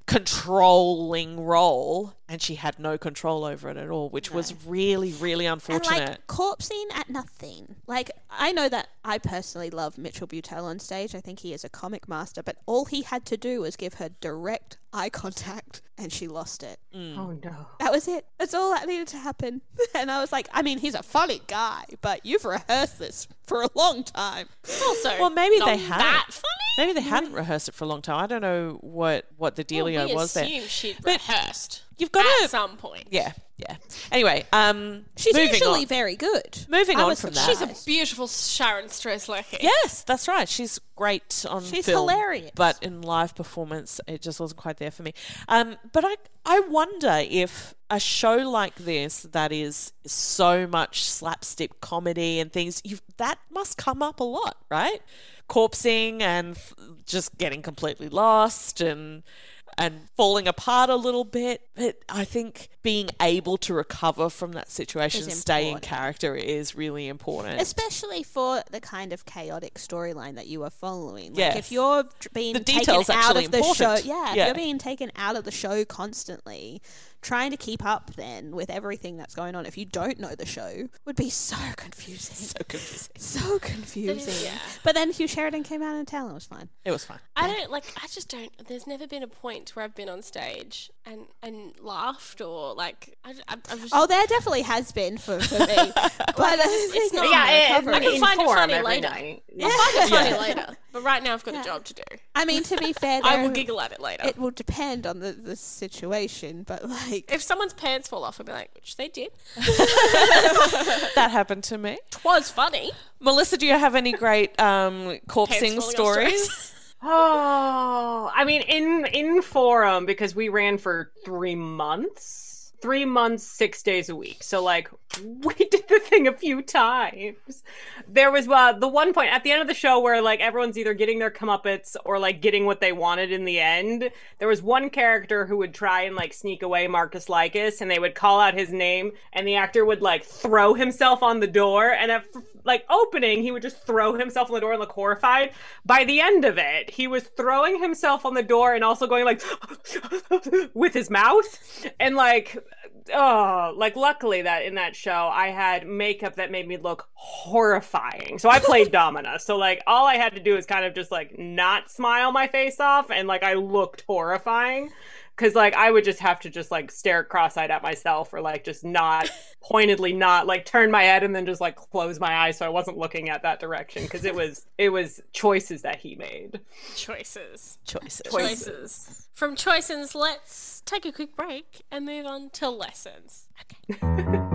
Speaker 2: Controlling role, and she had no control over it at all, which was really, really
Speaker 4: and
Speaker 2: unfortunate.
Speaker 4: like corpsing at nothing. Like I know that I personally love Mitchell Butel on stage. I think he is a comic master, but all he had to do was give her direct eye contact, and she lost it.
Speaker 3: Oh no.
Speaker 4: That was it. That's all that needed to happen. And I was like, I mean, he's a funny guy, but you've rehearsed this for a long time.
Speaker 1: also,
Speaker 2: Well, maybe
Speaker 1: not
Speaker 2: they hadn't.
Speaker 1: that funny.
Speaker 2: Maybe they hadn't rehearsed it for a long time. I don't know what what the
Speaker 1: Well, we
Speaker 2: dealio was there.
Speaker 1: assumed she'd
Speaker 2: But
Speaker 1: rehearsed.
Speaker 2: you've gotta-
Speaker 1: at some point.
Speaker 2: Yeah, yeah. Anyway, um,
Speaker 4: She's
Speaker 2: moving
Speaker 4: usually
Speaker 2: on.
Speaker 4: very good.
Speaker 2: Moving
Speaker 4: I
Speaker 2: on
Speaker 4: was
Speaker 2: from that.
Speaker 4: surprised.
Speaker 1: She's a beautiful Sharon Stresler.
Speaker 2: yes, that's right. She's great on.
Speaker 4: She's
Speaker 2: film,
Speaker 4: hilarious.
Speaker 2: but in live performance, it just wasn't quite there for me. Um, but I I wonder if a show like this that is so much slapstick comedy and things you that must come up a lot, right? Corpsing and f- just getting completely lost and and falling apart a little bit. But I think being able to recover from that situation,
Speaker 4: Is
Speaker 2: stay in
Speaker 4: important.
Speaker 2: character, is really important.
Speaker 4: Especially for the kind of chaotic storyline that you are following. Like
Speaker 2: Yes.
Speaker 4: if you're dr- being
Speaker 2: The
Speaker 4: taken
Speaker 2: detail's
Speaker 4: out
Speaker 2: actually
Speaker 4: of the
Speaker 2: important.
Speaker 4: show, yeah, if
Speaker 2: Yeah.
Speaker 4: you're being taken out of the show constantly, trying to keep up then with everything that's going on, if you don't know the show, would be so confusing. So confusing. so confusing.
Speaker 1: yeah.
Speaker 4: But then Hugh Sheridan came out and town, it was fine.
Speaker 2: it was fun.
Speaker 1: I don't like. I just don't. There's never been a point where I've been on stage and and laughed or like. I, I, I was
Speaker 4: Oh, there definitely has been for, for me. but I just
Speaker 1: not-
Speaker 4: think it's
Speaker 1: Yeah,
Speaker 4: my
Speaker 1: it-
Speaker 4: recovery.
Speaker 1: I can find it
Speaker 3: Inform
Speaker 1: funny
Speaker 3: every
Speaker 1: later.
Speaker 3: night.
Speaker 1: I'll find it funny later, but right now I've got a job to do.
Speaker 4: I mean, to be fair,
Speaker 1: I
Speaker 4: there-
Speaker 1: will giggle at it later.
Speaker 4: It will depend on the, the situation, but like,
Speaker 1: if someone's pants fall off, I'll be like, which they did.
Speaker 2: That happened to me.
Speaker 1: Twas funny.
Speaker 2: Melissa, do you have any great um,
Speaker 1: falling
Speaker 2: corpsing
Speaker 1: off
Speaker 2: stories?
Speaker 3: Oh, I mean, in in forum because we ran for three months, three months, six days a week. So like, we did the thing a few times. There was uh, the one point at the end of the show where like everyone's either getting their comeuppets or like getting what they wanted in the end. There was one character who would try and like sneak away Marcus Lycus, and they would call out his name, and the actor would like throw himself on the door, and at like opening, he would just throw himself on the door and look horrified. By the end of it, he was throwing himself on the door and also going like with his mouth and like oh like luckily that in that show I had makeup that made me look horrifying. So I played Domina. So like all I had to do is kind of just like not smile my face off and like I looked horrifying. Cause like I would just have to just like stare cross-eyed at myself or like just not pointedly not like turn my head and then just like close my eyes so I wasn't looking at that direction because it was it was choices that he made.
Speaker 1: Choices.
Speaker 2: Choices.
Speaker 1: Choices. From choices, let's take a quick break and move on to lessons.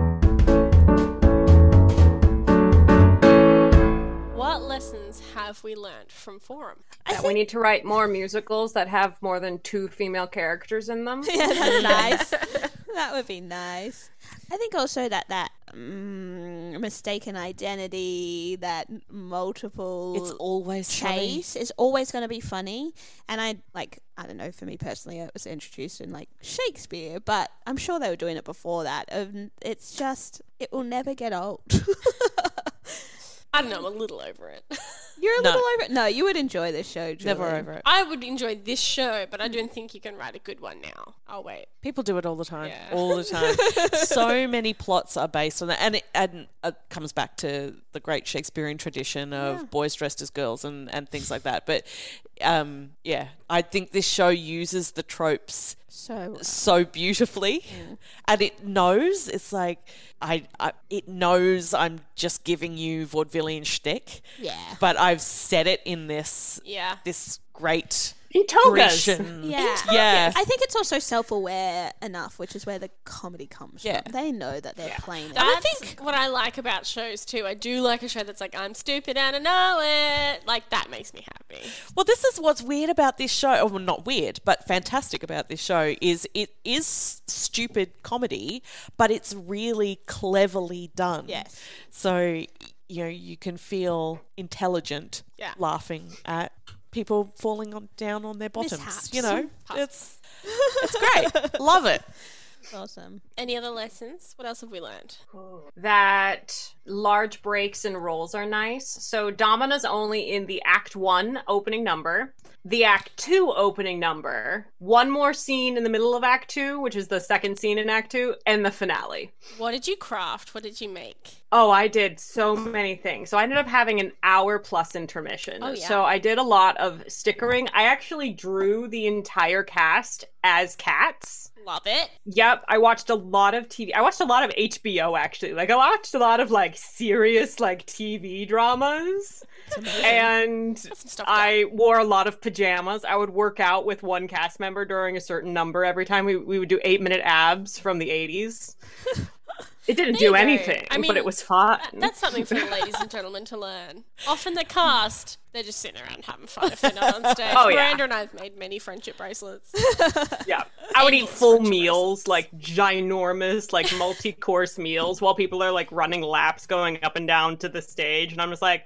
Speaker 1: Okay. what lessons have we learned from Forum?
Speaker 3: that we need to write more musicals that have more than two female characters in them.
Speaker 4: yeah, that's nice. that would be nice. I think also that that mm, mistaken identity, that multiple
Speaker 2: It's always funny.
Speaker 4: chase is always going to be funny. And I like, I don't know, for me personally, it was introduced in like Shakespeare, but I'm sure they were doing it before that. Um, it's just, it will never get old.
Speaker 1: I don't know, I'm a little over it.
Speaker 4: You're a
Speaker 2: No.
Speaker 4: little over it. No, you would enjoy this show, Julie.
Speaker 2: Never over it.
Speaker 1: I would enjoy this show, but I don't think you can write a good one now. Oh wait.
Speaker 2: People do it all the time,
Speaker 1: Yeah.
Speaker 2: all the time. so many plots are based on that, and it, and it comes back to the great Shakespearean tradition of boys dressed as girls and and things like that. But um, yeah, I think this show uses the tropes
Speaker 4: So
Speaker 2: so beautifully
Speaker 1: Mm.
Speaker 2: and it knows it's like I, I it knows I'm just giving you vaudevillian shtick
Speaker 4: Yeah.
Speaker 2: but I've said it in this
Speaker 1: Yeah.
Speaker 2: this great
Speaker 3: He told us.
Speaker 2: Grecian
Speaker 4: yeah,
Speaker 2: yeah
Speaker 4: I think it's also self-aware enough, which is where the comedy comes
Speaker 2: Yeah.
Speaker 4: from. They know that they're playing. it.
Speaker 1: That's what I like about shows too. I do like a show that's like I'm stupid and I know it. Like that makes me happy.
Speaker 2: Well, this is what's weird about this show. Oh, well, not weird, but fantastic about this show is it is stupid comedy, but it's really cleverly done.
Speaker 4: Yes.
Speaker 2: So, you know, you can feel intelligent
Speaker 1: Yeah.
Speaker 2: laughing at people falling on, down on their bottoms.
Speaker 4: Mishaps.
Speaker 2: You know, it's it's great. Love it.
Speaker 4: awesome.
Speaker 1: Any other lessons? What else have we learned?
Speaker 3: that large breaks and rolls are nice. So Domina's only in the act 1 opening number, the act 2 opening number, one more scene in the middle of act 2, which is the second scene in act 2, and the finale.
Speaker 1: What did you craft? What did you make?
Speaker 3: Oh, I did so many things. So I ended up having an hour plus intermission.
Speaker 1: Oh, yeah.
Speaker 3: So I did a lot of stickering. I actually drew the entire cast as cats.
Speaker 1: Love it.
Speaker 3: Yep, I watched a lot of TV. I watched a lot of HBO actually. Like I watched a lot of like serious like TV dramas. And
Speaker 1: some stuff
Speaker 3: I wore a lot of pajamas. I would work out with one cast member during a certain number every time we, we would do 8-minute abs from the 80s. It didn't
Speaker 1: There you
Speaker 3: do
Speaker 1: go.
Speaker 3: anything,
Speaker 1: I mean,
Speaker 3: but it was fun.
Speaker 1: That- That's something for the ladies and gentlemen to learn. Often the cast, they're just sitting around having fun if they're not on stage.
Speaker 3: Oh, yeah.
Speaker 1: Miranda and I have made many friendship bracelets.
Speaker 3: Yeah. I would eat full meals, like ginormous, like multi course meals while people are like running laps going up and down to the stage. And I'm just like,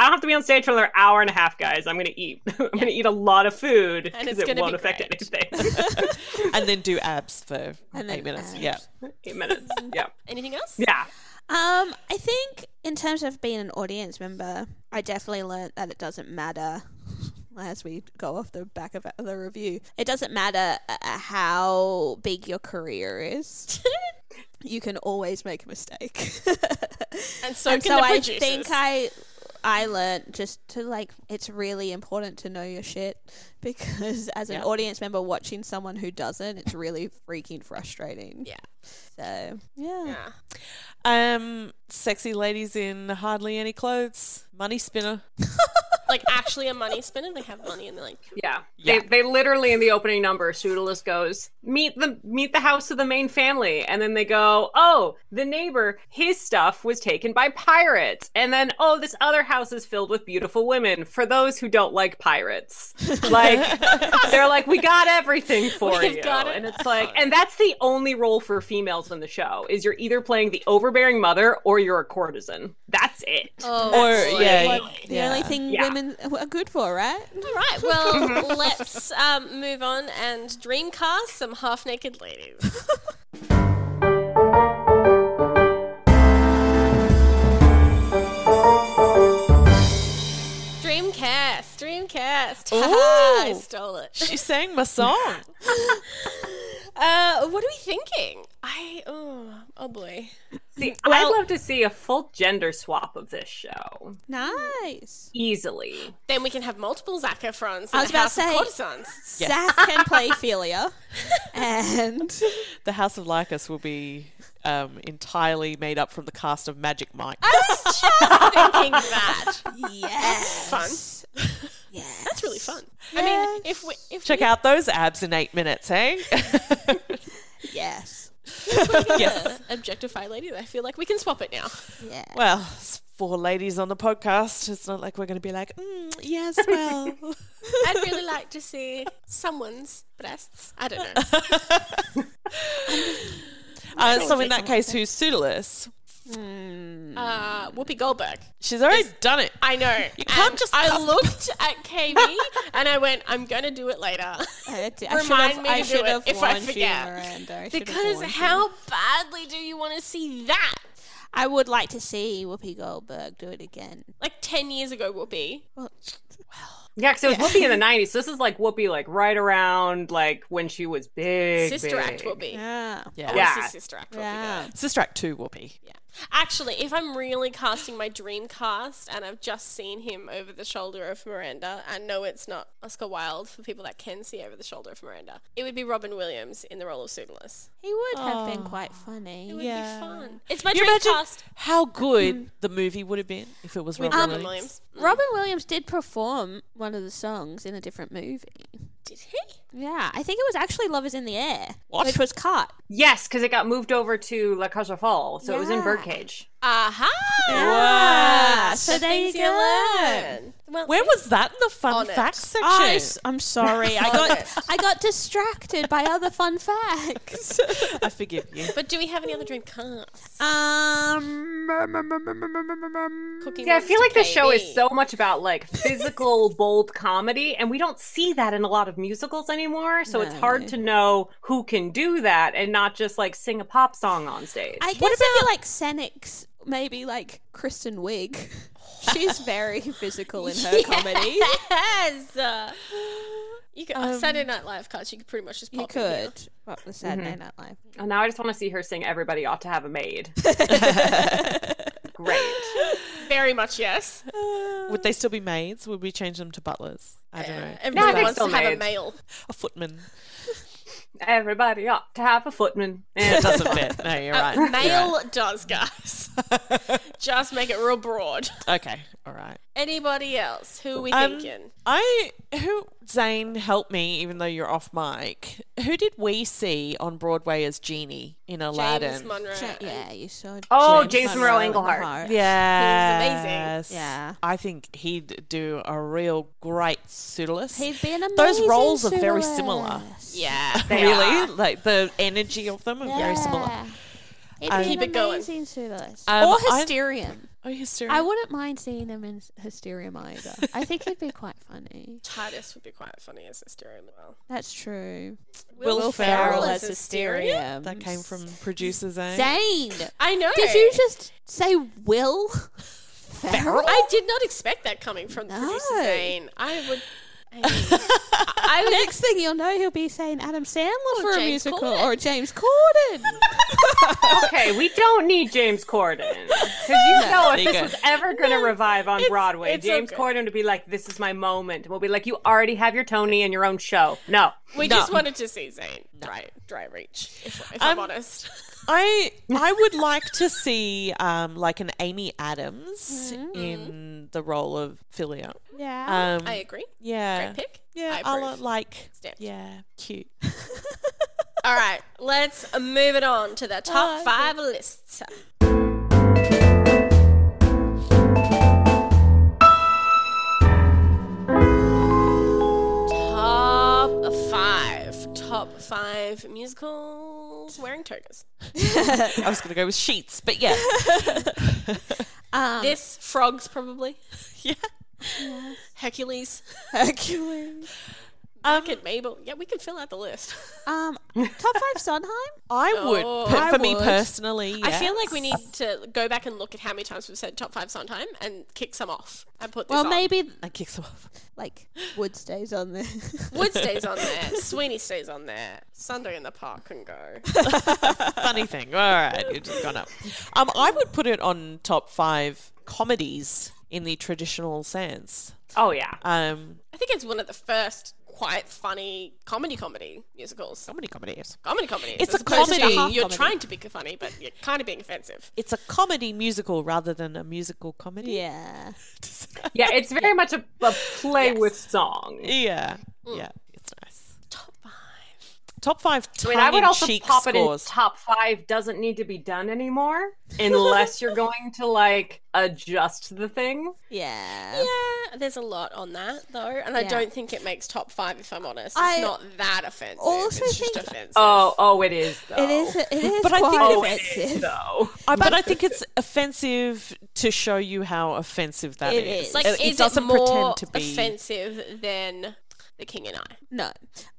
Speaker 3: I don't have to be on stage for another hour and a half, guys. I'm going to eat. I'm going to eat a lot of food
Speaker 1: And
Speaker 3: because
Speaker 1: it's
Speaker 3: it
Speaker 1: gonna
Speaker 3: won't
Speaker 1: be
Speaker 3: affect
Speaker 1: great.
Speaker 3: anything.
Speaker 2: And then do abs for
Speaker 4: And then
Speaker 2: eight minutes.
Speaker 4: abs.
Speaker 2: Yeah.
Speaker 3: Eight minutes. Yeah.
Speaker 1: Anything else?
Speaker 3: Yeah.
Speaker 4: Um, I think in terms of being an audience member, I definitely learnt that it doesn't matter. As we go off the back of the review, it doesn't matter uh, how big your career is. you can always make a mistake.
Speaker 1: And so
Speaker 4: and
Speaker 1: can
Speaker 4: so
Speaker 1: the
Speaker 4: I
Speaker 1: producers.
Speaker 4: think I I learnt just to like it's really important to know your shit because as an audience member watching someone who doesn't, it's really freaking frustrating.
Speaker 1: Yeah.
Speaker 4: So yeah.
Speaker 1: Yeah.
Speaker 2: Um, sexy ladies in hardly any clothes. Money spinner.
Speaker 1: Like actually a money spinner. They have money and they're like,
Speaker 3: Yeah.
Speaker 2: Yeah.
Speaker 3: They, they literally in the opening number, Sudalus goes, Meet the meet the house of the main family. And then they go, Oh, the neighbor, his stuff was taken by pirates. And then, oh, this other house is filled with beautiful women. For those who don't like pirates. Like they're like, We got everything for
Speaker 1: We've
Speaker 3: you.
Speaker 1: got it.
Speaker 3: And it's like and that's the only role for females in the show is you're either playing the overbearing mother or you're a courtesan. That's it.
Speaker 1: oh,
Speaker 2: or yeah,
Speaker 4: the only thing
Speaker 3: Yeah.
Speaker 4: women are good for, right?
Speaker 1: All right, well,
Speaker 4: Mhm.
Speaker 1: let's um, move on and dreamcast some half naked ladies. Dreamcast, Dreamcast. Haha, I
Speaker 2: Ooh.
Speaker 1: stole it.
Speaker 2: She sang my song.
Speaker 1: Uh, what are we thinking? I, oh, oh boy.
Speaker 3: See, I'd love to see a full gender swap of this show.
Speaker 4: Nice.
Speaker 3: Easily.
Speaker 1: Then we can have multiple Zac Efrons.
Speaker 4: I was about to say-
Speaker 1: Courtesans.
Speaker 4: Zach can play Philia, and
Speaker 2: The House of Lycus will be um, entirely made up from the cast of Magic Mike.
Speaker 1: I was just thinking that.
Speaker 4: yes,
Speaker 1: Fun.
Speaker 4: yes,
Speaker 1: That's really fun. I mean, if we, if
Speaker 2: Check
Speaker 1: we
Speaker 2: out those abs in eight minutes, hey?
Speaker 4: yes,
Speaker 2: yes.
Speaker 1: objectify lady. I feel like we can swap it now.
Speaker 4: yeah.
Speaker 2: Well, it's four ladies on the podcast. It's not like we're going to be like, mm, yes, well.
Speaker 1: I'd really like to see someone's breasts. I don't know.
Speaker 2: uh, so in that case, who's Pseudolus?
Speaker 1: Uh, Whoopi Goldberg.
Speaker 2: She's already done it.
Speaker 1: I know. You
Speaker 2: can't just
Speaker 1: I
Speaker 2: cusp-
Speaker 1: looked at KB and I went, I'm gonna do it later.
Speaker 4: I, d- I
Speaker 1: Remind
Speaker 4: should've-
Speaker 1: me to
Speaker 4: I
Speaker 1: do
Speaker 4: should
Speaker 1: it
Speaker 4: have
Speaker 1: if I
Speaker 4: warned you,
Speaker 1: forget.
Speaker 4: Miranda. I should've
Speaker 1: because
Speaker 4: warned you.
Speaker 1: how badly do you want to see that?
Speaker 4: I would like to see Whoopi Goldberg do it again.
Speaker 1: Like ten years ago, Whoopi.
Speaker 4: Well,
Speaker 3: Yeah, because it was Whoopi in the '90s. So this is like Whoopi, like right around like when she was big.
Speaker 1: Sister Act
Speaker 3: big.
Speaker 1: Whoopi.
Speaker 4: yeah,
Speaker 1: Yeah.
Speaker 2: Yeah.
Speaker 3: Yeah.
Speaker 1: Sister Act Whoopi.
Speaker 4: yeah.
Speaker 2: Sister Act 2 will be.
Speaker 1: Yeah. Actually, if I'm really casting my dream cast and I've just seen him over the shoulder of Miranda, and no, it's not Oscar Wilde for people that can see over the shoulder of Miranda, it would be Robin Williams in the role of Pseudolus.
Speaker 4: He would have been quite funny.
Speaker 1: It would be
Speaker 2: Yeah.
Speaker 1: fun. It's my
Speaker 2: you
Speaker 1: dream
Speaker 2: imagine
Speaker 1: cast.
Speaker 2: how good the movie would have been if it was
Speaker 1: With
Speaker 2: Robin
Speaker 1: Robin
Speaker 2: Williams?
Speaker 1: Williams.
Speaker 4: Robin Williams did perform one of the songs in a different movie.
Speaker 1: Did he?
Speaker 4: Yeah, I think it was actually "Lovers in the Air,"
Speaker 2: What?
Speaker 4: which was cut.
Speaker 3: Yes, because it got moved over to La Casa Fall, so it was in
Speaker 4: Yeah.
Speaker 3: Birdcage.
Speaker 1: Aha!
Speaker 4: Ah, so there
Speaker 1: things
Speaker 4: you
Speaker 1: you
Speaker 4: go.
Speaker 1: learn. Well,
Speaker 2: Where was that in the fun
Speaker 1: On it.
Speaker 2: facts section?
Speaker 4: I, s- I'm sorry. I got
Speaker 1: it.
Speaker 4: I got distracted by other fun facts.
Speaker 2: I forgive you.
Speaker 1: But do we have any other dream casts?
Speaker 4: Um,
Speaker 1: Cooking
Speaker 3: Yeah, I feel
Speaker 1: Monster
Speaker 3: like the show is
Speaker 1: KB.
Speaker 3: so much about like physical bold comedy, and we don't see that in a lot of musicals anymore. So it's hard to know who can do that and not just like sing a pop song on stage.
Speaker 4: I guess I feel like Senex, maybe like Kristen Wiig. She's very physical in her comedy.
Speaker 1: Yes. Uh, You could, uh,
Speaker 2: Um,
Speaker 1: Saturday Night Live cards. You could pretty much just pop
Speaker 4: You
Speaker 1: in here.
Speaker 4: could pop the Saturday Night Live.
Speaker 3: and now I just want to see her sing "Everybody Ought to Have a Maid." Great.
Speaker 1: Very much yes.
Speaker 2: Would they still be maids? Would we change them to butlers? I don't know.
Speaker 1: Everyone
Speaker 3: they're
Speaker 1: wants to
Speaker 3: still
Speaker 1: have a
Speaker 3: maids.
Speaker 1: male.
Speaker 2: A footman.
Speaker 3: Everybody ought to have a footman.
Speaker 2: It doesn't fit. No, you're right. You're
Speaker 1: Uh, Male does, guys. Just make it real broad.
Speaker 2: right. Okay. All right.
Speaker 1: Anybody else? Who are we
Speaker 2: Um,
Speaker 1: thinking?
Speaker 2: I who Zane helped me, even though you're off mic. Who did we see on Broadway as Genie in Aladdin?
Speaker 1: James Monroe.
Speaker 4: Ja- yeah, you saw.
Speaker 3: Oh, James Monroe Englehart.
Speaker 2: Yeah,
Speaker 1: He's
Speaker 2: amazing.
Speaker 4: Yeah.
Speaker 2: I think he'd do a real great pseudolus.
Speaker 4: He'd be an amazing.
Speaker 2: Those roles are very similar.
Speaker 4: Pseudolus.
Speaker 1: Yeah.
Speaker 2: really, like the energy of them are very similar.
Speaker 4: Yeah. He'd
Speaker 2: Um,
Speaker 4: be
Speaker 2: Keep
Speaker 4: an
Speaker 1: it going.
Speaker 4: amazing pseudolus.
Speaker 2: Um,
Speaker 4: or
Speaker 2: I-
Speaker 4: Hysterium.
Speaker 2: Oh, hysteria.
Speaker 4: I wouldn't mind seeing him in Hysterium either. I think he'd be quite funny.
Speaker 1: Titus would be quite funny as Hysteria as well.
Speaker 4: That's true.
Speaker 2: Will Ferrell as
Speaker 4: Hysterium.
Speaker 2: that came from eh? producer Zane.
Speaker 4: Zane.
Speaker 1: I know.
Speaker 4: Did you just say Will Ferrell?
Speaker 1: I did not expect that coming from
Speaker 4: No.
Speaker 1: producer Zane. I would. I, I would
Speaker 4: Next thing you'll know, he'll be saying Adam Sandler for a
Speaker 1: James
Speaker 4: musical
Speaker 1: Corden.
Speaker 4: or James Corden.
Speaker 3: Okay, we don't need James Corden because you know if
Speaker 2: There you
Speaker 3: this
Speaker 2: go.
Speaker 3: was ever going to revive on Broadway,
Speaker 1: it's
Speaker 3: James
Speaker 1: okay.
Speaker 3: Corden would be like, "This is my moment." We'll be like, "You already have your Tony and your own show." No,
Speaker 1: We just wanted to see Zane. Dry, dry reach, if, if I'm
Speaker 2: Um,
Speaker 1: honest.
Speaker 2: I I would like to see um, like an Amy Adams in the role of Philia.
Speaker 4: yeah.
Speaker 2: Um,
Speaker 1: Mm-hmm. I agree.
Speaker 2: yeah,
Speaker 1: Great pick.
Speaker 2: yeah,
Speaker 1: I
Speaker 2: a la-
Speaker 1: approve.
Speaker 2: like
Speaker 1: Stamped.
Speaker 2: yeah, cute.
Speaker 1: All right, let's move it on to the top five lists. Top five. Top five musicals wearing togas.
Speaker 2: I was gonna go with sheets, but yeah,
Speaker 1: this, Frogs, probably. yeah. Hercules.
Speaker 4: Hercules.
Speaker 1: Um, Mabel. Yeah, we can fill out the list.
Speaker 4: Um, top five Sondheim.
Speaker 2: I would.
Speaker 1: Oh.
Speaker 2: per-
Speaker 4: I
Speaker 2: for me
Speaker 4: would.
Speaker 2: personally,
Speaker 1: I feel like we
Speaker 2: yes.
Speaker 1: need to go back and look at how many times we've said top five Sondheim and kick some off and put this
Speaker 4: Well,
Speaker 1: on.
Speaker 4: maybe
Speaker 2: I kick some off.
Speaker 4: like Wood stays on there.
Speaker 1: Wood stays on there. Sweeney stays on there. Sunday in the park can go.
Speaker 2: Funny thing. All right, you've just gone up. Um, I would put it on top five comedies in the traditional sense.
Speaker 3: oh yeah,
Speaker 2: Um,
Speaker 1: I think it's one of the first quite funny comedy comedy musicals.
Speaker 2: comedy comedies.
Speaker 1: Comedy comedy.
Speaker 2: It's a comedy.
Speaker 1: You're trying to be funny, but you're kind of being offensive.
Speaker 2: It's a comedy musical rather than a musical comedy.
Speaker 4: yeah.
Speaker 3: yeah, it's very much a, a play with song.
Speaker 2: Yeah. Yeah. It's nice. Top five. Top five
Speaker 3: I
Speaker 2: tongue
Speaker 3: mean, I would also
Speaker 2: cheek
Speaker 3: pop it in
Speaker 2: scores.
Speaker 3: top five. Doesn't need to be done anymore unless you're going to like adjust the thing.
Speaker 4: Yeah.
Speaker 1: Yeah, there's a lot on that though, and I
Speaker 4: Yeah.
Speaker 1: don't think it makes top five. If I'm honest, it's
Speaker 4: I
Speaker 1: not that offensive.
Speaker 4: also
Speaker 1: it's just
Speaker 4: think-
Speaker 1: offensive.
Speaker 3: Oh, oh, it is. Though.
Speaker 4: It is. It is
Speaker 2: But I think
Speaker 4: quite
Speaker 2: it is,
Speaker 4: offensive.
Speaker 3: though.
Speaker 2: I- but I think it's offensive to show you how offensive that
Speaker 4: It
Speaker 2: is.
Speaker 4: is.
Speaker 1: like
Speaker 2: it,
Speaker 1: is
Speaker 2: doesn't
Speaker 1: it more
Speaker 2: pretend to be.
Speaker 1: offensive than the King and I?
Speaker 4: No.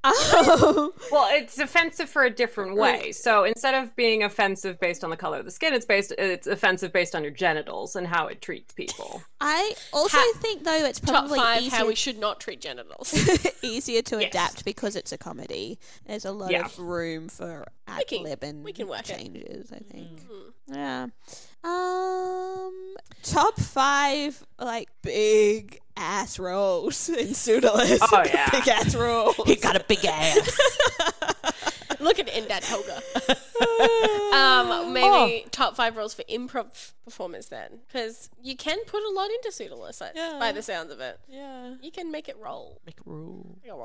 Speaker 4: Um,
Speaker 3: Well, it's offensive for a different way. So instead of being offensive based on the color of the skin, it's based it's offensive based on your genitals and how it treats people.
Speaker 4: I also
Speaker 1: Ha-
Speaker 4: think though it's
Speaker 1: Top
Speaker 4: probably
Speaker 1: five:
Speaker 4: easier,
Speaker 1: how we should not treat genitals.
Speaker 4: easier to adapt because it's a comedy. There's a lot
Speaker 3: Yeah.
Speaker 4: of room for ad
Speaker 1: can-
Speaker 4: lib and
Speaker 1: we can work it.
Speaker 4: changes. I think. Yeah. Um, top five like big ass roles in Pseudolist.
Speaker 3: Oh, yeah.
Speaker 4: big ass roles.
Speaker 2: He got a big ass.
Speaker 1: Look at Indad Helga. um, maybe
Speaker 2: Oh.
Speaker 1: top five roles for improv performance then, because you can put a lot into pseudolus like, by the sounds of it.
Speaker 2: yeah.
Speaker 1: You can make it roll.
Speaker 2: Make roll.
Speaker 1: Make it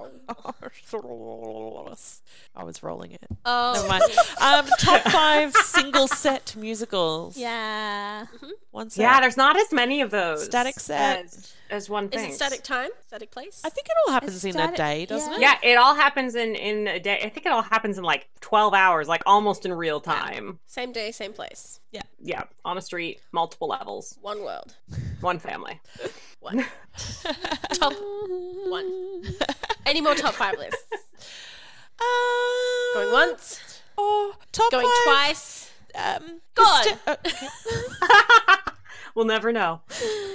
Speaker 1: roll.
Speaker 2: I was rolling it.
Speaker 1: Oh,
Speaker 2: Never mind. Um, top five single set musicals.
Speaker 4: Yeah.
Speaker 2: One set.
Speaker 3: Yeah, there's not as many of those.
Speaker 2: Static set.
Speaker 3: As, as one
Speaker 1: is
Speaker 3: thing.
Speaker 1: it static time? Static place?
Speaker 2: I think it all happens in a
Speaker 4: Static-
Speaker 2: day, doesn't it?
Speaker 3: Yeah, it all happens in in a day. I think it all happens in like 12 hours, like almost in real time.
Speaker 1: same day, same place.
Speaker 3: Yeah, on a street, multiple levels,
Speaker 1: One world.
Speaker 3: one family.
Speaker 1: One. top
Speaker 2: Hmm.
Speaker 1: one. Any more top five lists?
Speaker 2: Um,
Speaker 1: Going once,
Speaker 2: oh, Uh, top
Speaker 1: going
Speaker 2: five,
Speaker 1: twice.
Speaker 2: Um,
Speaker 1: God.
Speaker 2: hyster- uh, okay.
Speaker 3: We'll never know.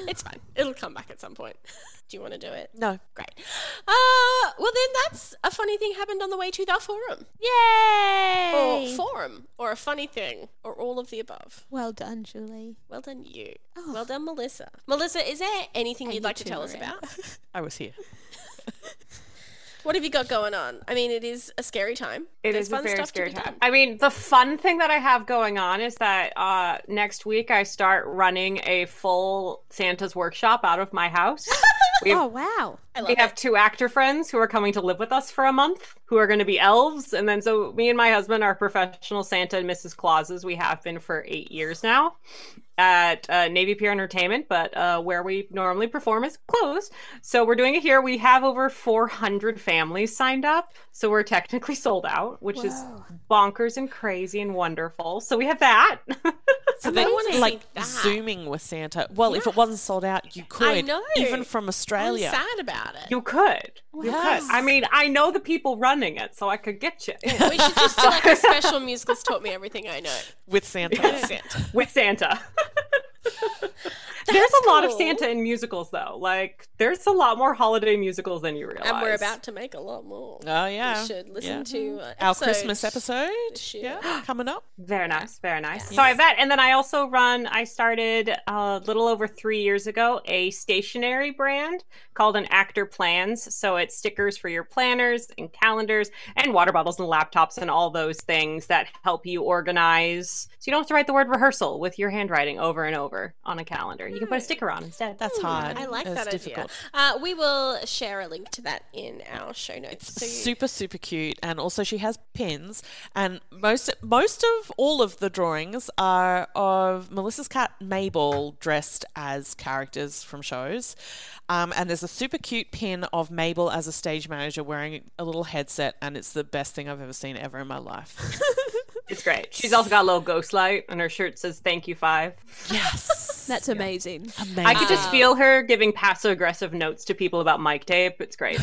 Speaker 1: It's fine. It'll come back at some point. Do you want to do it?
Speaker 2: no.
Speaker 1: Great. Uh, well, then that's a funny thing happened on the way to the forum.
Speaker 4: Yay!
Speaker 1: Or forum. Or a funny thing. Or all of the above.
Speaker 4: Well done, Julie.
Speaker 1: Well done, you.
Speaker 3: Oh.
Speaker 1: Well done, Melissa. Melissa, is there anything you'd
Speaker 4: you
Speaker 1: like to
Speaker 4: too,
Speaker 1: tell us
Speaker 4: Miranda.
Speaker 1: about?
Speaker 2: I was here.
Speaker 1: What have you got going on? I mean, it is a scary time.
Speaker 3: It
Speaker 1: There's
Speaker 3: is
Speaker 1: fun
Speaker 3: a very
Speaker 1: stuff
Speaker 3: scary
Speaker 1: to be
Speaker 3: time.
Speaker 1: done.
Speaker 3: I mean, the fun thing that I have going on is that uh, next week I start running a full Santa's workshop out of my house. We have,
Speaker 4: Oh wow.
Speaker 1: I love
Speaker 3: we have two actor friends who are coming to live with us for a month, who are going to be elves, and then so me and my husband are professional Santa and Mrs. Clauses. We have been for eight years now at uh, Navy Pier Entertainment, but uh, where we normally perform is closed. So we're doing it here. We have over 400 families signed up. So we're technically sold out, which is bonkers and crazy and wonderful. So we have that.
Speaker 2: So then,
Speaker 1: wanna see
Speaker 2: like
Speaker 1: that.
Speaker 2: zooming with Santa. Well, if
Speaker 1: Yeah.
Speaker 2: it wasn't sold out, you could.
Speaker 1: know.
Speaker 2: Even from
Speaker 1: I'm
Speaker 2: Australia.
Speaker 1: sad about it.
Speaker 3: you could. You
Speaker 2: Yes.
Speaker 3: could. I mean, I know the people running it, so I could get you in
Speaker 1: We should just do like a special musicals taught me everything I know.
Speaker 2: with Santa.
Speaker 3: with Santa. there's a lot of
Speaker 1: cool.
Speaker 3: Santa in musicals, though. Like, there's a lot more holiday musicals than you realize.
Speaker 1: And we're about to make a lot more.
Speaker 2: Oh yeah.
Speaker 1: You should listen
Speaker 2: Yeah.
Speaker 1: to uh,
Speaker 2: our Christmas episode.
Speaker 1: year.
Speaker 2: Yeah, coming up.
Speaker 3: Very nice, very nice. So I bet, and then I also run. I started a little over three years ago a stationery brand called an Actor Plans. So it's stickers for your planners and calendars and water bottles and laptops and all those things that help you organize. So you don't have to write the word rehearsal with your handwriting over and over on a calendar. You can put a sticker on instead.
Speaker 2: That's hard.
Speaker 1: Hmm. I like
Speaker 2: It's
Speaker 1: that
Speaker 2: difficult.
Speaker 1: idea. Uh, we will share a link to that in our show notes. So you-
Speaker 2: super super cute and also she has pins and most most of all of the drawings are of melissa's cat mabel dressed as characters from shows um, and there's a super cute pin of mabel as a stage manager wearing a little headset and it's the best thing i've ever seen ever in my life
Speaker 3: It's great. She's also got a little ghost light, and her shirt says "Thank you five.
Speaker 2: yes
Speaker 4: That's amazing.
Speaker 2: amazing
Speaker 3: I could just feel her giving passive aggressive notes to people about mic tape. It's great.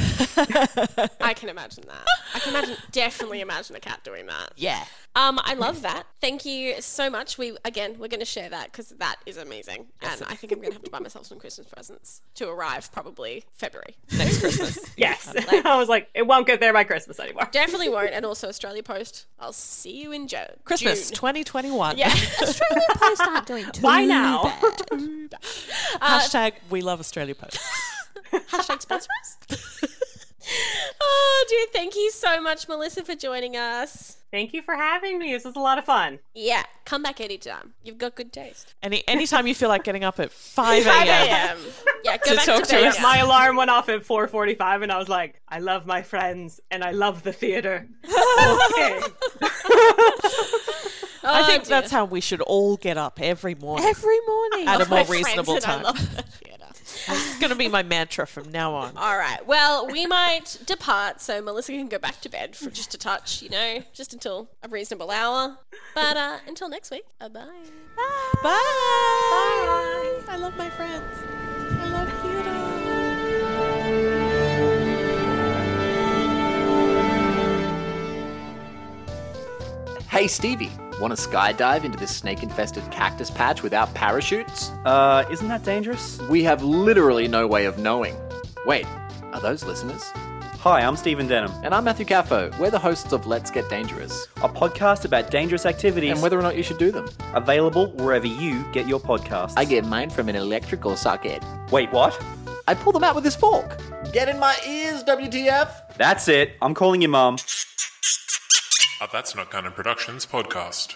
Speaker 1: I can imagine that. I can imagine, definitely imagine a cat doing that.
Speaker 2: yeah
Speaker 1: Um, I love that. Thank you so much. We again, we're going to share that because that is amazing, and I think I'm going to have to buy myself some Christmas presents to arrive probably February.
Speaker 2: next christmas
Speaker 3: Yes. I was like, it won't get there by Christmas anymore.
Speaker 1: Definitely won't, and also Australia Post. I'll see you in June.
Speaker 2: christmas
Speaker 1: June.
Speaker 2: 2021
Speaker 1: Yeah.
Speaker 4: Please start doing too
Speaker 3: Why now?
Speaker 4: bad.
Speaker 1: Uh,
Speaker 2: hashtag we love australia post
Speaker 1: Hashtag sponsor us. oh dear, thank you so much, Melissa, for joining us.
Speaker 3: Thank you for having me. This was a lot of fun.
Speaker 1: Yeah, come back anytime. You've got good taste.
Speaker 2: any anytime you feel like getting up at 5
Speaker 1: 5
Speaker 2: a.m
Speaker 1: a.m. Yeah, go
Speaker 2: To
Speaker 1: back
Speaker 2: talk
Speaker 1: to
Speaker 2: to
Speaker 1: bed.
Speaker 2: us.
Speaker 3: My alarm went off at 4:45 and I was like, I love my friends and I love the theater. Okay.
Speaker 2: I
Speaker 1: Oh,
Speaker 2: think that's how we should all get up every morning
Speaker 4: Every morning.
Speaker 2: at a more
Speaker 1: My friends
Speaker 2: reasonable
Speaker 1: and I
Speaker 2: time.
Speaker 1: love the theatre.
Speaker 2: It's going to be my mantra from now on.
Speaker 1: All right. Well, we might depart so Melissa can go back to bed for just a touch, you know, just until a reasonable hour. But uh, until next week, uh, bye.
Speaker 2: Bye. Bye. I love my friends. I love theater.
Speaker 5: Hey Stevie, want to skydive into this snake infested cactus patch without parachutes?
Speaker 6: Uh, isn't that dangerous?
Speaker 5: We have literally no way of knowing. Wait, are those listeners?
Speaker 6: Hi, I'm Stephen Denham,
Speaker 4: And I'm Matthew Caffo. We're the hosts of Let's Get Dangerous
Speaker 6: a podcast about dangerous activities
Speaker 4: and whether or not you should do them.
Speaker 6: available wherever you get your podcasts.
Speaker 4: I get mine from an electrical socket.
Speaker 6: Wait, what?
Speaker 4: I pull them out with this fork. Get in my ears, WTF!
Speaker 6: That's it. I'm calling your mum.
Speaker 7: A Uh, That's Not Canon Productions podcast.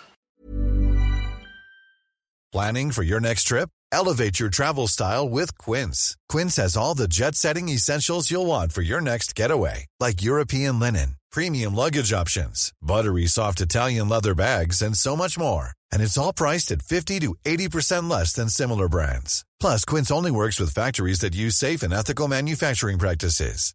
Speaker 8: Planning for your next trip? Elevate your travel style with Quince. Quince has all the jet setting essentials you'll want for your next getaway, like European linen, premium luggage options, buttery soft Italian leather bags, and so much more. And it's all priced at 50 to 80% less than similar brands. Plus, Quince only works with factories that use safe and ethical manufacturing practices.